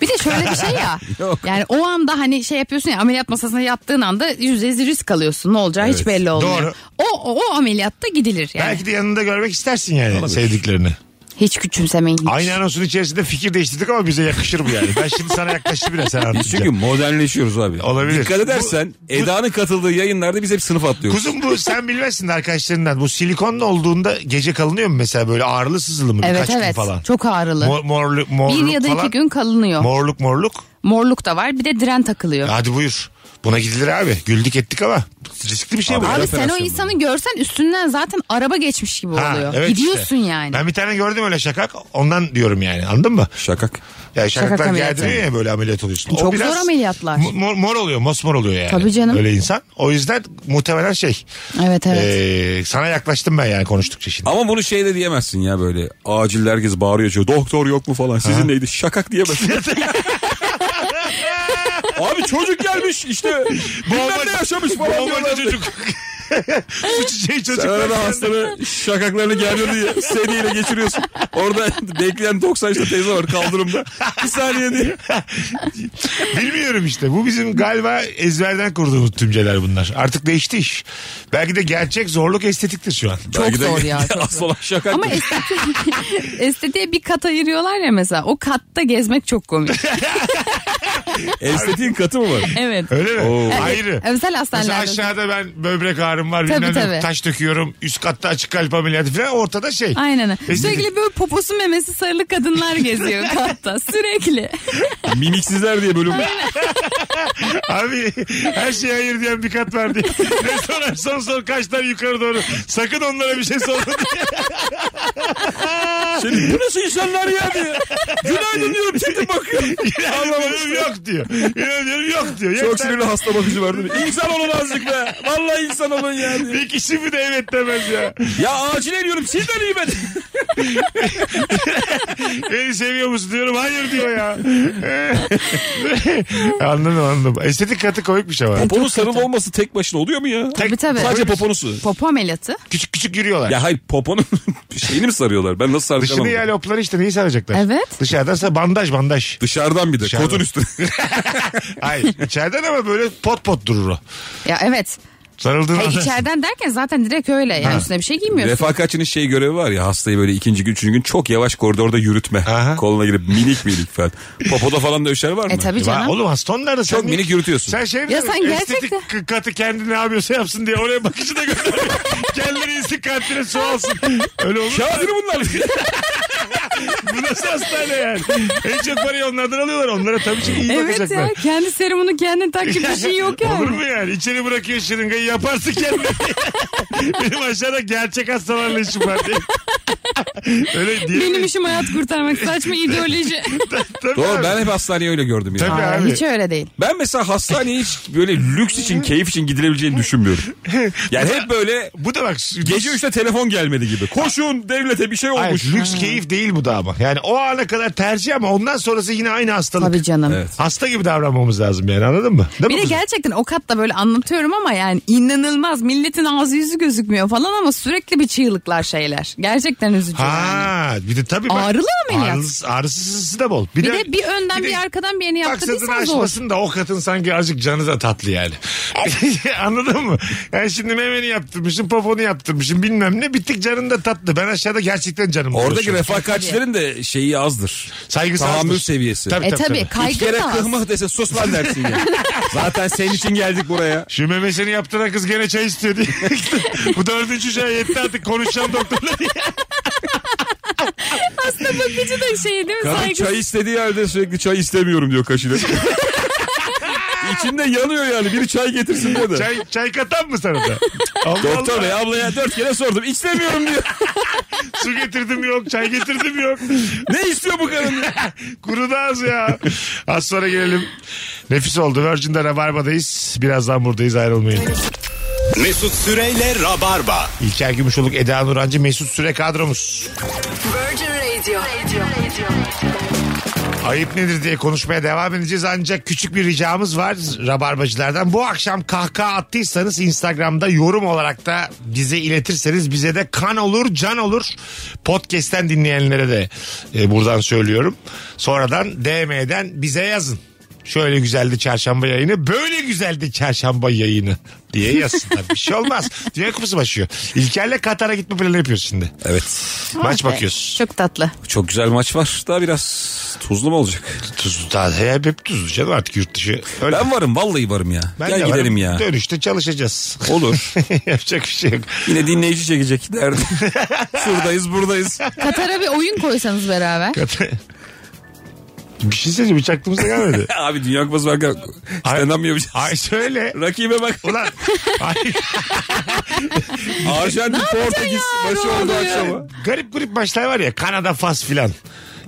Bir de şöyle bir şey ya.
Yok.
yani o anda hani şey yapıyorsun ya ameliyat masasına yattığın anda %100 risk alıyorsun. Ne olacağı
Evet.
hiç belli olmuyor.
Doğru.
O, o, o ameliyatta gidilir yani.
Belki de yanında görmek istersin yani sevdiklerini.
Hiç küçümsemeyin hiç.
Aynı anonsun içerisinde fikir değiştirdik ama bize yakışır bu yani. Ben şimdi sana yaklaştım biraz sen
Biz çünkü
anlatacağım.
modernleşiyoruz abi.
Olabilir.
Dikkat edersen Eda'nın katıldığı yayınlarda biz hep sınıf atlıyoruz.
Kuzum bu sen bilmezsin de arkadaşlarından. Bu silikonlu olduğunda gece kalınıyor mu mesela böyle ağrılı sızılı mı
Evet
birkaç gün
evet
falan?
çok ağrılı.
Mor, morlu, morluk
bir ya da
falan.
iki gün kalınıyor.
Morluk morluk.
Morluk da var bir de diren takılıyor.
Hadi buyur. Buna gidilir abi. Güldük ettik ama riskli bir şey bu.
Abi,
ya.
Abi sen o
Operasyon
insanı görsen üstünden zaten araba geçmiş gibi
Ha,
oluyor.
evet işte.
Gidiyorsun yani.
Ben bir tane gördüm öyle şakak. Ondan diyorum yani anladın mı?
Şakak.
Ya şakaklar
Şakak ameliyatı.
gerdiriyor ya böyle ameliyat oluyorsun.
Çok zor ameliyatlar.
mo- Mor, mor oluyor mosmor oluyor yani.
Tabii canım.
Öyle insan. O yüzden muhtemelen şey.
Evet evet.
eee, sana yaklaştım ben yani konuştukça şimdi.
Ama bunu şey de diyemezsin ya böyle. Acilde herkes bağırıyor çağırıyor. Doktor yok mu falan. Sizin neydi? Şakak diyemezsin. Abi çocuk gelmiş işte. Bilmem ne yaşamış falan
Boğmacı
diyorlar.
çocuk. Su çiçeği çocuk.
Sen
var.
arada hastanı şakaklarını geliyor diye seriyle geçiriyorsun. Orada bekleyen 90 yaşında teyze var kaldırımda. Bir saniye diye.
Bilmiyorum işte. Bu bizim galiba ezberden kurduğumuz tümceler bunlar. Artık değişti iş. Belki de gerçek zorluk estetiktir şu an.
Çok
Belki de
zor ya, çok
Asıl olan şakak.
Ama estetiğe, estetiğe bir kat ayırıyorlar ya mesela. O katta gezmek çok komik.
Estetiğin katı mı var?
Evet.
Öyle mi?
Oo. Evet.
Ayrı.
Özel
Mesela
hastanelerde.
aşağıda ben böbrek ağrım var.
Tabii,
bilmem ne,
tabii.
Taş döküyorum. Üst katta açık kalp ameliyatı falan. Ortada şey.
Aynen.
Estetik.
Sürekli böyle poposu memesi sarılı kadınlar geziyor katta. Sürekli.
Mimiksizler diye bölüm.
Abi her şeye hayır diyen bir kat var diye. Ne sorarsan sor kaçlar yukarı doğru. Sakın onlara bir şey sorma diye.
Senin bu nasıl insanlar ya diye. Günaydın diyorum çetin bakıyor.
İnanmıyorum yok diyor. İnanmıyorum yok diyor.
Çok
Yeter.
sinirli hasta bakıcı vardı. İnsan olun azıcık be. Vallahi insan olun ya diye.
Bir kişi mi de evet demez ya.
Ya acil ediyorum sizden iyi ben.
Beni seviyor musun diyorum. Hayır diyor ya. anladım anladım. Estetik katı komikmiş ama.
Poponun sarılı olması tek başına oluyor mu ya?
E, Tabii tabii.
Sadece poponusu.
Popo ameliyatı.
Küçük küçük yürüyorlar.
Ya hayır poponun şeyini mi sarıyorlar? Ben nasıl saracağım?
Dışını
ama?
ya lopları işte neyi saracaklar?
Evet.
Dışarıdan sa- bandaj bandaj.
Dışarıdan bir de
Dışarıdan.
kotun üstüne.
Hayır içeriden ama böyle pot pot durur o.
Ya evet.
Sarıldığın
Hayır,
anda-
E, içeriden derken zaten direkt öyle. Yani üstüne bir şey giymiyorsun.
Refakatçinin şey görevi var ya hastayı böyle ikinci gün üçüncü gün çok yavaş koridorda yürütme.
Aha.
Koluna girip minik minik falan. Popoda falan da öşer var mı?
e tabii
Va-
canım.
Oğlum hasta onlarda sen.
Çok
niye-
minik yürütüyorsun.
Sen şey mi
Ya
dedin?
sen
Estetik
gerçekten-
katı kendi ne yapıyorsa yapsın diye oraya bakıcı da gönderiyor. Kendini iyisi kantine su alsın. Öyle olur.
Kafir bunlar.
Bu nasıl hastane yani? en çok parayı onlardan alıyorlar. Onlara tabii ki iyi
Evet
bakacaklar.
ya kendi serumunu kendin takip bir şey yok yani.
Olur mu yani? İçeri bırakıyor şırıngayı yaparsın kendini. Benim aşağıda gerçek hastalarla işim var diye. Öyle diye.
Benim işim hayat kurtarmak saçma ideoloji.
Doğru ben hep hastaneyi öyle gördüm yani.
Tabii.
Aa,
abi.
hiç öyle değil.
Ben mesela hastaneye hiç böyle lüks için keyif için gidilebileceğini düşünmüyorum. Yani hep böyle
Bu da bak.
gece 3'te telefon gelmedi gibi. Koşun devlete bir şey
Hayır,
olmuş.
lüks keyif değil bu da ama. Yani o ana kadar tercih ama ondan sonrası yine aynı hastalık.
Tabii canım.
Evet.
Hasta gibi davranmamız lazım yani anladın mı? Değil mi
Bir de
kızım?
gerçekten o katta böyle anlatıyorum ama yani inanılmaz. Milletin ağzı yüzü gözükmüyor falan ama sürekli bir çığlıklar şeyler. Gerçekten üzücü yani.
Ha, bir de tabii bak,
Ağrılı ameliyat.
Ağrısı, ağrısızı da bol.
Bir de bir önden bir,
de
arkadan bir yeni
Maksadını
yaptırdıysan zor.
aşmasın da o katın sanki azıcık canı da tatlı yani. Anladın mı? Yani şimdi memeni yaptırmışım, poponu yaptırmışım bilmem ne. Bittik canın da tatlı. Ben aşağıda gerçekten canım
Oradaki
konuşuyor.
refakatçilerin de şeyi azdır.
Saygısızdır.
Tahammül seviyesi.
E tabii
İki
kaygı
kere
da az.
kıhmıh dese sus lan dersin ya. Zaten senin için geldik buraya.
Şu memesini yaptıran kız gene çay istiyor diye. Bu dördüncü çay yetti artık konuşacağım doktorla diye.
Aslında bakıcı da şey değil mi?
Kadın
Saygı.
çay istediği halde sürekli çay istemiyorum diyor kaşıyla. İçinde yanıyor yani biri çay getirsin diyor da.
Çay, çay katan mı sana da? Allah
Doktor
Allah.
bey ablaya dört kere sordum istemiyorum diyor.
Su getirdim yok, çay getirdim yok.
ne istiyor bu kadın?
Kurudu az ya. Az sonra gelelim. Nefis oldu. Virgin'de Rabarba'dayız. Birazdan buradayız ayrılmayın.
Mesut Süreyle Rabarba.
İlker Gümüşoluk, Eda Nurancı, Mesut Süre kadromuz.
Virgin Radio.
Ayıp nedir diye konuşmaya devam edeceğiz. Ancak küçük bir ricamız var Rabarbacılardan. Bu akşam kahkaha attıysanız Instagram'da yorum olarak da bize iletirseniz bize de kan olur, can olur. Podcast'ten dinleyenlere de e, buradan söylüyorum. Sonradan DM'den bize yazın. Şöyle güzeldi çarşamba yayını, böyle güzeldi çarşamba yayını diye yazsınlar. Bir şey olmaz. Dünya kupası başlıyor. İlker'le Katar'a gitme planı yapıyoruz şimdi.
Evet
Maç
Ah be,
bakıyoruz.
Çok tatlı.
çok güzel maç var daha biraz tuzlu mu olacak?
Tuzlu daha hep, hep tuzlu canım artık yurt dışı. Öyle.
Ben varım vallahi varım ya.
Ben
Gel
de
gidelim
varım.
ya.
Dönüşte çalışacağız.
Olur.
Yapacak bir şey yok.
Yine dinleyici çekecek derdi. Şuradayız buradayız.
Katar'a bir oyun koysanız beraber.
Kat- bir şey söyleyeceğim hiç aklımıza gelmedi.
Abi Dünya Kupası varken stand-up mı yapacağız?
Ay söyle.
Rakibe bak.
Ulan. Ay,
Arjantin Portekiz başı oldu
oluyor?
akşama.
garip garip maçlar var ya Kanada Fas filan.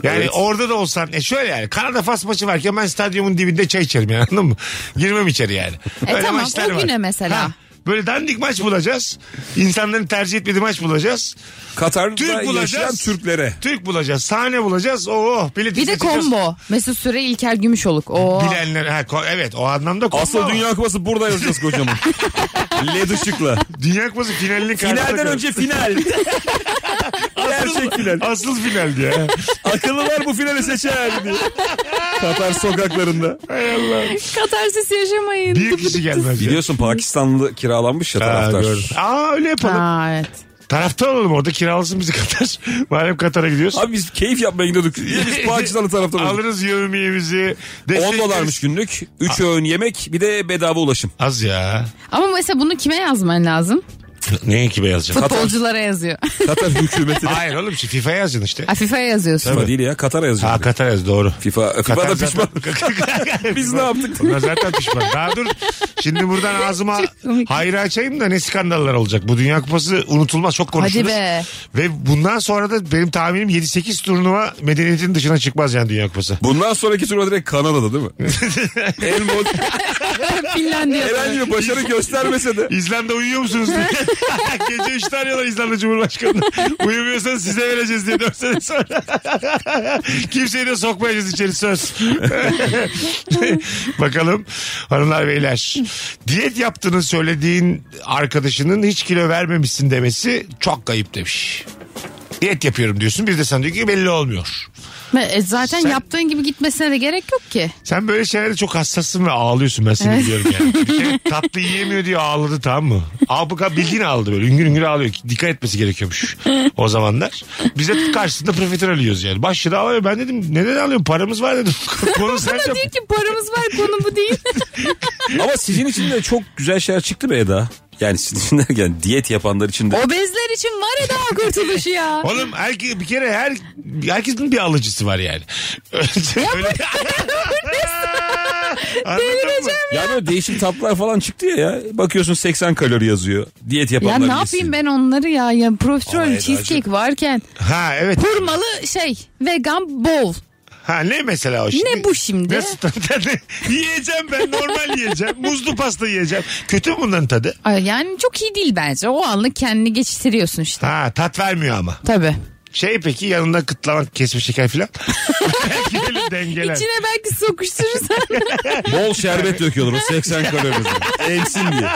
Yani
Evet.
orada da olsan e şöyle yani Kanada Fas maçı varken ben stadyumun dibinde çay içerim yani anladın mı? Girmem içeri yani.
E tamam, o güne mesela.
böyle dandik maç bulacağız. İnsanların tercih etmediği maç bulacağız.
Katar'da
Türk
yaşayan
bulacağız.
Türklere.
Türk bulacağız. Sahne bulacağız. Oo, bilet
Bir de
seçeceğiz.
combo. Mesut Süre, İlker Gümüşoluk. Oo.
Bilenler ha, ko- evet o anlamda kombo
Asıl
ama.
Dünya Kupası burada yazacağız kocaman. LED ışıkla.
Dünya Kupası finalini
Finalden önce final. Gerçek final.
Asıl final diye.
Akıllılar bu finali seçer diye. Katar sokaklarında.
Katarsis yaşamayın.
Bir kişi gelmez. ya.
Biliyorsun Pakistanlı kiralanmış ya
Ha,
taraftar.
gör. Aa öyle yapalım.
Aa, evet.
Taraftar olalım orada kiralasın bizi Katar. Madem Katar'a gidiyoruz.
Abi biz keyif yapmaya gidiyorduk. Niye biz Pakistanlı taraftar olduk?
Alırız yevmiyemizi.
10
destekleriz.
dolarmış günlük. 3 öğün yemek bir de bedava ulaşım.
Az ya.
Ama mesela bunu kime yazman lazım?
Neye kime yazacaksın?
Futbolculara yazıyor.
Katar hükümeti.
Hayır oğlum şu FIFA'ya yazacaksın işte.
Afife'ye yazıyorsun.
FIFA değil ya Katar'a yazıyor.
Ha Katar yaz doğru.
FIFA, FIFA da pişman. Biz ne yaptık?
Onlar zaten pişman. Daha dur. Şimdi buradan ağzıma
komik.
hayır açayım da ne skandallar olacak. Bu Dünya Kupası unutulmaz. Çok konuşuruz.
Hadi be.
Ve bundan sonra da benim tahminim 7-8 turnuva medeniyetin dışına çıkmaz yani Dünya Kupası.
Bundan sonraki turnuva direkt Kanada'da değil mi? en bol,
Finlandiya.
herhangi bir başarı göstermese de.
İzlanda uyuyor musunuz diye. Gece 3'te arıyorlar İzlanda Cumhurbaşkanı'nı. Uyumuyorsanız size vereceğiz diye 4 sene sonra. Kimseyi de sokmayacağız içeri söz. Bakalım hanımlar beyler. Diyet yaptığını söylediğin arkadaşının hiç kilo vermemişsin demesi çok kayıp demiş. Diyet yapıyorum diyorsun. Bir de sana diyor ki belli olmuyor.
Ve, e, zaten
Sen-
yaptığın gibi gitmesine de gerek yok ki.
Sen böyle şeylerde çok hassassın ve ağlıyorsun ben seni biliyorum yani. Bir kere tatlı yiyemiyor diye ağladı tamam mı? Abuka bildiğin ağladı böyle üngür üngür ağlıyor. Dikkat etmesi gerekiyormuş o zamanlar. Biz de karşısında profiterol yiyoruz yani. Başladı ağlıyor ben dedim neden ağlıyorsun paramız var dedim. Konu sence
Diyor ki paramız var konu bu değil.
Ama sizin için de çok güzel şeyler çıktı be Eda. Yani sizin için derken diyet yapanlar için de.
Obezler için var ya daha kurtuluşu ya.
Oğlum herke, bir kere her herkesin bir alıcısı var yani. Önce öyle... Anladın mı?
Ya böyle değişik tatlar falan çıktı ya ya. Bakıyorsun 80 kalori yazıyor. Diyet
Ya
yapanlar
ne
yesin.
yapayım ben onları ya? Ya profiterol cheesecake varken
Ha evet.
hurmalı şey vegan bowl.
Ha ne mesela o şimdi?
Ne bu şimdi?
Nasıl tadı? yiyeceğim ben normal yiyeceğim. Muzlu pasta yiyeceğim. Kötü mü bunların tadı?
Ay, Yani çok iyi değil bence. O anlık kendini geçiştiriyorsun işte.
Ha tat vermiyor ama.
Tabii.
Şey peki yanında kıtlamak kesme şeker filan. Belki öyle dengeler.
İçine belki sokuşturursan.
Bol şerbet döküyorlar o 80 kalori yazıyor. Emsin diye.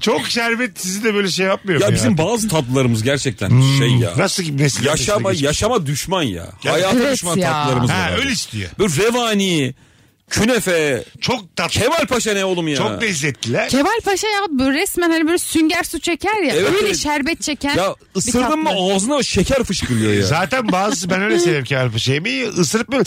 Çok şerbet sizi de böyle şey yapmıyor mu
Ya
ya?
bizim bazı tatlılarımız gerçekten şey ya.
Nasıl ki nesil
Yaşama
nesil Hmm. geçmiş?
yaşama düşman ya. Hayata
Evet
düşman
ya.
tatlılarımız var.
Ha
abi.
öyle istiyor.
Böyle revani, künefe,
Çok tatlı.
Kemal Paşa ne oğlum ya?
Çok lezzetliler.
Kemal Paşa ya böyle resmen hani böyle sünger su çeker ya.
Evet,
öyle
evet.
şerbet çeken.
Ya
bir
ısırdın mı
tatlı.
ağzına şeker fışkırıyor ya.
Zaten bazısı ben öyle seviyorum Kemal Paşa yemeği ısırıp böyle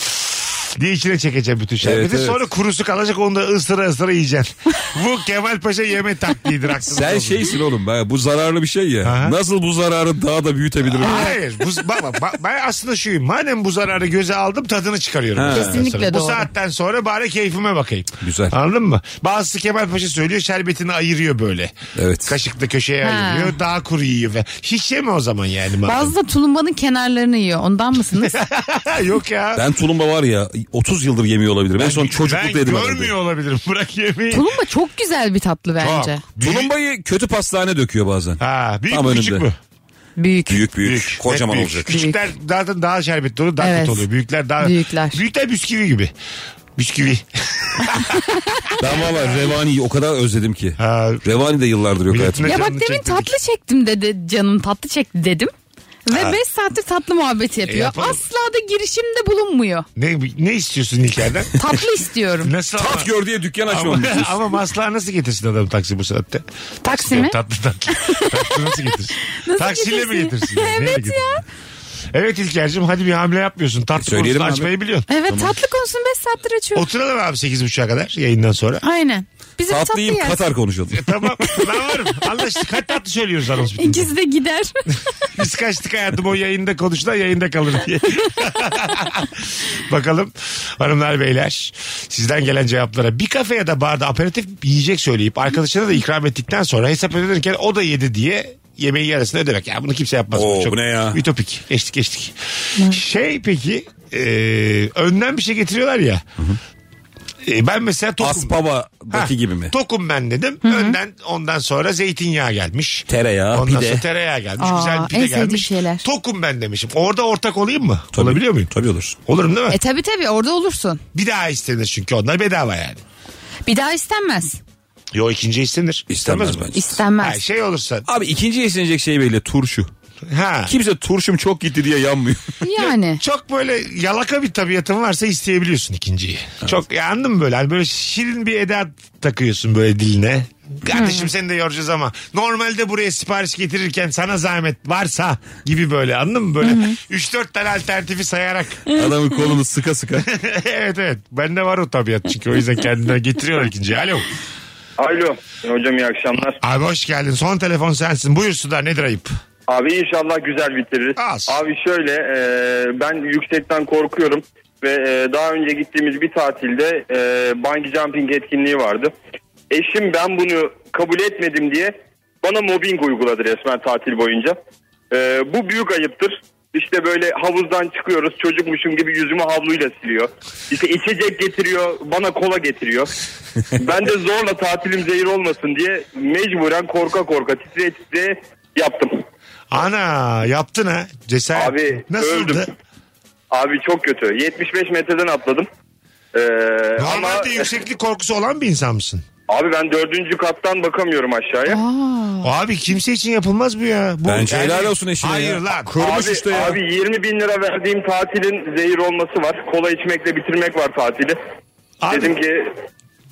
diye içine çekeceğim bütün şerbeti.
Evet, evet.
Sonra kurusu kalacak onu da ısıra ısıra yiyeceksin. Bu Kemal Paşa yeme taktiğidir aklınızda
Sen şey
olsun.
şeysin oğlum be, bu zararlı bir şey ya.
Aha.
Nasıl bu zararı daha da büyütebilirim?
Hayır. Bu, bak, bak, bak, ben aslında şuyum. Madem bu zararı göze aldım tadını çıkarıyorum.
Ha.
Kesinlikle
Sonra. Bu
doğru.
saatten sonra bari keyfime bakayım.
Güzel.
Anladın mı? Bazısı Kemal Paşa söylüyor şerbetini ayırıyor böyle.
Evet.
Kaşıkla köşeye
Ha.
ayırıyor. Daha kuru yiyor. Ve hiç yeme o zaman yani. madem.
Bazı da tulumbanın kenarlarını yiyor. Ondan mısınız?
Yok ya.
Ben tulumba var ya 30 yıldır yemiyor olabilirim. En son
ben
çocuklukta yedim. herhalde.
görmüyor olabilirim. Bırak yemeği.
Tulumba çok güzel bir tatlı bence.
Büyük-
Tulumbayı kötü pastane döküyor bazen.
Ha, büyük
Tam
mü,
önünde.
küçük mü?
Büyük.
Büyük büyük.
Büyük.
Kocaman
Net büyük.
olacak.
Küçükler zaten daha şey şerbetli olur. Daha
Evet.
kötü oluyor. Büyükler daha...
Büyükler.
Büyükler bisküvi gibi. Bisküvi.
Ben valla Revani'yi o kadar özledim ki.
Ha,
Revani de yıllardır yok
Milletine-
hayatımda.
Ya bak
Canını
demin
çekti
tatlı çektim dedi. Canım tatlı çekti dedim. Ve 5 saattir tatlı muhabbeti
E,
yapıyor.
yapalım.
Asla da girişimde bulunmuyor.
ne, ne istiyorsun İlker'den?
Tatlı istiyorum.
Nasıl ama?
Tat gör diye dükkan
Ama,
açmamışız.
ama maslağı nasıl getirsin adam taksi bu saatte?
Taksi mi?
Tatlı tatlı. taksi nasıl getirsin?
Nasıl
Taksiyle mi
getirsin?
getirsin? yani? Neyle
Evet
getirsin? Evet İlker'cim hadi bir hamle yapmıyorsun. Tatlı
E, Söyleyelim
konusunu
abi.
açmayı biliyorsun.
Evet tatlı konusunu 5 saattir açıyorum.
Oturalım abi 8.30'a kadar yayından sonra.
Aynen. Bizim tatlı,
Tatlıyım
yersin.
Katar konuşalım.
tamam ben varım. Anlaştık. Kaç tatlı söylüyoruz anons bitince.
İkisi de gider.
Biz kaçtık hayatım o yayında konuşulan yayında kalır diye. Bakalım hanımlar beyler sizden gelen cevaplara bir kafe ya da barda aperatif yiyecek söyleyip arkadaşına da ikram ettikten sonra hesap ödenirken o da yedi diye yemeği yarısını ödemek. Ya bunu kimse yapmaz.
Oo, bu ne ya?
Ütopik. Geçtik geçtik. Şey peki e, önden bir şey getiriyorlar ya. E, ben mesela tokum.
Aspava'daki
Ha,
gibi mi?
Tokum ben dedim. Önden ondan sonra zeytinyağı gelmiş.
Tereyağı,
Ondan
pide.
sonra tereyağı gelmiş.
Aa,
güzel bir pide
en sevdiğim
gelmiş.
şeyler.
Tokum ben demişim. Orada ortak olayım mı?
Tabii.
Olabiliyor muyum?
Tabii olur.
Olurum değil mi?
e tabi tabi orada olursun.
Bir daha istenir çünkü onlar bedava yani.
Bir daha istenmez.
Yo ikinci istenir.
İstenmez
mi?
bence.
İstenmez.
Ha, şey olursa.
Abi ikinci yesinecek şey belli turşu.
Ha.
Kimse turşum çok gitti diye yanmıyor.
Yani.
Çok böyle yalaka bir tabiatın varsa isteyebiliyorsun ikinciyi. Çok ya anladın mı böyle? Hani böyle şirin bir edat takıyorsun böyle diline. Kardeşim seni de yoracağız ama normalde buraya sipariş getirirken sana zahmet varsa gibi böyle anladın mı? Böyle 3-4 tane alternatifi sayarak.
Adamın kolunu sıka sıka.
evet evet bende var o tabiat çünkü o yüzden kendine getiriyor ikinciyi. Alo
Alo. Hocam iyi akşamlar.
abi hoş geldin son telefon sensin buyursunlar nedir ayıp?
Abi inşallah güzel bitiririz.
Az.
Abi şöyle e, ben yüksekten korkuyorum ve e, daha önce gittiğimiz bir tatilde e, bungee jumping etkinliği vardı. Eşim ben bunu kabul etmedim diye bana mobbing uyguladı resmen tatil boyunca. E, bu büyük ayıptır. İşte böyle havuzdan çıkıyoruz çocukmuşum gibi yüzümü havluyla siliyor. İşte içecek getiriyor bana kola getiriyor. ben de zorla tatilim zehir olmasın diye mecburen korka korka titre titre yaptım.
Ana yaptın ha cesaret.
Abi,
Nasıldı?
öldüm. Abi çok kötü. 75 metreden atladım. Ee,
Normalde
ama
yükseklik korkusu olan bir insan mısın?
Abi ben dördüncü kattan bakamıyorum aşağıya.
Abi kimse için yapılmaz bu ya. Bu
Bence helal olsun eşine
Hayır
ya.
lan.
Kurmuş
Abi,
işte ya.
abi 20 bin lira verdiğim tatilin zehir olması var. Kola içmekle bitirmek var tatili.
Abi,
Dedim ki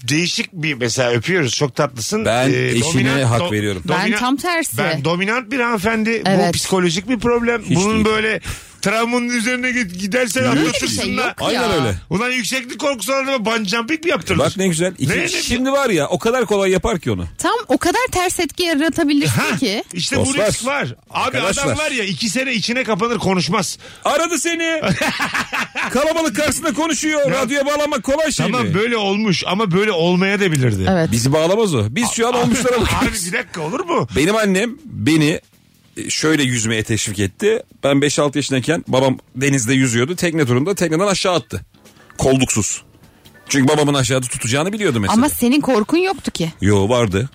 değişik bir mesela öpüyoruz çok tatlısın. Ee,
Ben eşine hak
do-
veriyorum.
Ben tam tersi.
Ben dominant bir hanımefendi.
Evet.
Bu psikolojik bir problem.
Hiç
Bunun
değil.
böyle travmanın üzerine git- gidersen
Böyle bir
anlatırsın
şey
da.
yok
Aynen
ya.
öyle.
Ulan yükseklik korkusu olan adama bungee jumping mi yaptırılır?
Bak ne güzel. İki-
Ne- ne-
Şimdi var ya o kadar kolay yapar ki onu.
Tam o kadar ters etki yaratabilirsin ki.
İşte bu
Dostlar,
risk var. Abi adam
arkadaşlar.
var ya iki sene içine kapanır konuşmaz.
Aradı seni. Kalabalık karşısında konuşuyor. Radyoya bağlanmak kolay şey
Tamam
mi?
böyle olmuş ama böyle olmaya da bilirdi.
Evet.
Bizi bağlamaz o. Biz şu an olmuşlara
Abi
bakıyoruz.
bir dakika olur mu?
Benim annem beni e, şöyle yüzmeye teşvik etti. Ben 5-6 yaşındayken babam denizde yüzüyordu. Tekne turunda tekneden aşağı attı. Kolduksuz. Çünkü babamın aşağıda tutacağını biliyordu mesela.
Ama senin korkun yoktu ki.
Yo vardı.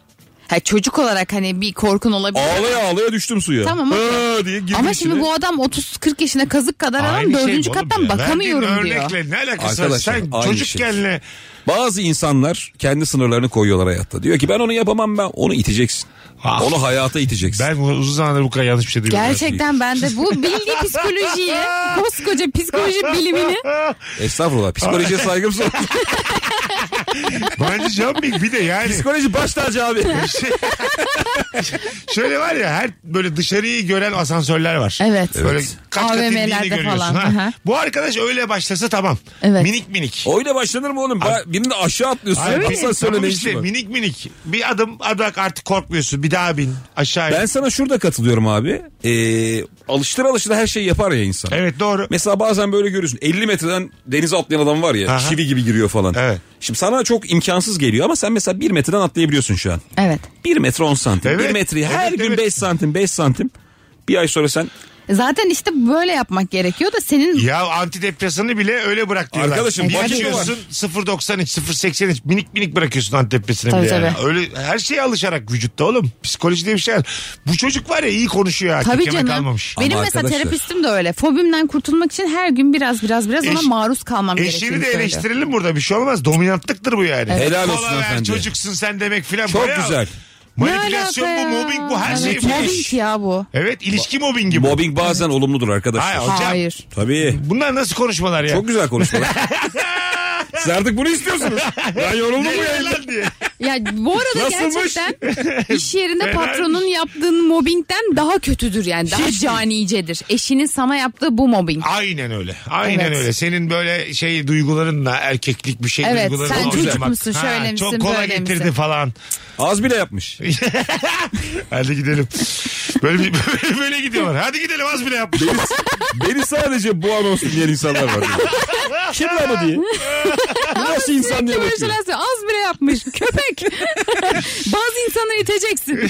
Ha, çocuk olarak hani bir korkun olabilir.
Ağlaya ağlaya düştüm suya.
Tamam, okey.
Aa diye girdim
Ama şimdi
içine.
bu adam 30-40 yaşında kazık kadar adam
Aynı şey
dördüncü
mi oğlum
kattan
ya?
bakamıyorum
Verdiğin
diyor.
örnekle ne alakası var?
Arkadaşlar,
Sen
aynı
çocukken
şey.
ne?
Bazı insanlar kendi sınırlarını koyuyorlar hayatta. Diyor ki ben onu yapamam ben. Onu iteceksin.
Ah.
Onu hayata iteceksin.
Ben uzun zamandır bu kadar yanlış bir şey duymadım.
Gerçekten ben de bu bildiği psikolojiyi, koskoca psikoloji bilimini
Estağfurullah. Psikolojiye saygım sonsuz.
Bungee jumping bir de yani.
Psikoloji baş tacı abi.
Şöyle var ya her böyle dışarıyı gören asansörler var.
Evet.
Böyle
Evet.
kaç kat indiğini
AVM'lerde
görüyorsun.
falan.
Ha.
Aha.
Bu arkadaş öyle başlasa tamam.
Evet.
Minik minik.
Oyla başlanır mı oğlum? Ba- Birini de aşağı atlıyorsun.
Abi,
Baksana söyle
tamam
ne
işte,
işin var.
minik minik. Bir adım adak artık korkmuyorsun. Bir daha bin aşağıya.
Ben sana şurada katılıyorum abi. Ee, alıştır alıştır her şeyi yapar ya insan.
Evet doğru.
Mesela bazen böyle görürsün 50 metreden denize atlayan adam var ya
Aha.
çivi gibi giriyor falan.
Evet.
Şimdi sana çok imkansız geliyor ama sen mesela 1 metreden atlayabiliyorsun şu an.
Evet.
1 metre 10 santim.
Evet.
1 metreyi her
Evet,
gün
evet.
5 santim 5 santim. Bir ay sonra sen
Zaten işte böyle yapmak gerekiyor da senin
Ya antidepresanı bile öyle bırak diyorlar.
Arkadaşım,
bir
vakit
içiyorsun 0.90 iç 0.80 iç minik minik bırakıyorsun antidepresanı
Tabii,
bile. yani.
tabii.
Öyle her şeye alışarak vücutta oğlum. Psikoloji diye bir şey var. Bu çocuk var ya iyi konuşuyor. ha,
Tabii
kekeme
canım.
Kalmamış.
Benim
Ama
mesela
arkadaşlar-
terapistim de öyle. Fobimden kurtulmak için her gün biraz biraz biraz ona
Eş-
maruz kalmam gerekiyor.
Eşini de eleştirelim burada bir şey olmaz. Dominantlıktır bu yani.
Helal olsun
Kola ver,
hanımefendi.
çocuksun sen demek filan.
Çok
Bayağı-
güzel.
Manipülasyon bu, mobbing bu, her şey
evet,
bu.
Mobbing ya bu.
Evet ilişki mobbingi bu.
mobbing bazen olumludur arkadaşlar.
Hayır, hocam.
Hayır.
Tabii.
Bunlar nasıl konuşmalar ya?
Çok güzel konuşmalar. Siz artık bunu istiyorsunuz. Ben yoruldum bu
Ne
yayından.
lan diye.
Ya bu arada
Nasılmış?
gerçekten iş yerinde patronun yaptığın mobbingden daha kötüdür yani. Daha canicedir. Eşinin sana yaptığı bu mobbing.
Aynen öyle. Aynen
Evet.
öyle. Senin böyle şey duygularınla erkeklik bir şey
Evet,
duygularınla.
sen
Çok
çocuk
güzel.
musun, şöyle misin,
Çok kola
böyle
getirdi
misin?
falan.
Az bile yapmış.
Hadi gidelim. Böyle, bir- böyle, böyle gidiyorlar. Hadi gidelim az bile yap.
Beni, beni sadece bu anonsu dinleyen insanlar var. Kim lan o diye. Bu Nasıl insan diye bakıyor.
Sürekli böyle şeyler Az bile yapmış. Köpek. Bazı insanları iteceksin.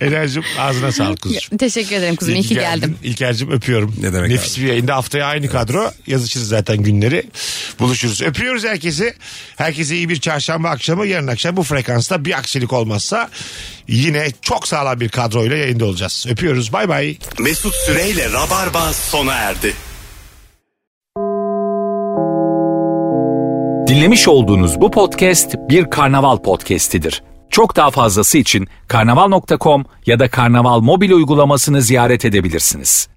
Enerjim ağzına sağlık kuzucuğum.
Teşekkür ederim kuzum. İyi
İyi
ki geldim.
İlker'cim öpüyorum.
Ne demek
Nefis bir yayında haftaya aynı kadro. Yazışırız zaten günleri. Buluşuruz. Öpüyoruz herkesi. Herkese iyi bir çarşamba akşamı. Yarın akşam bu frekansta bir aksilik olmazsa yine çok sağlam bir kadroyla yayında olacağız. Öpüyoruz. Bay bay.
Mesut Süreyle Rabarba sona erdi.
Dinlemiş olduğunuz bu podcast bir karnaval podcastidir. Çok daha fazlası için karnaval.com ya da karnaval mobil uygulamasını ziyaret edebilirsiniz.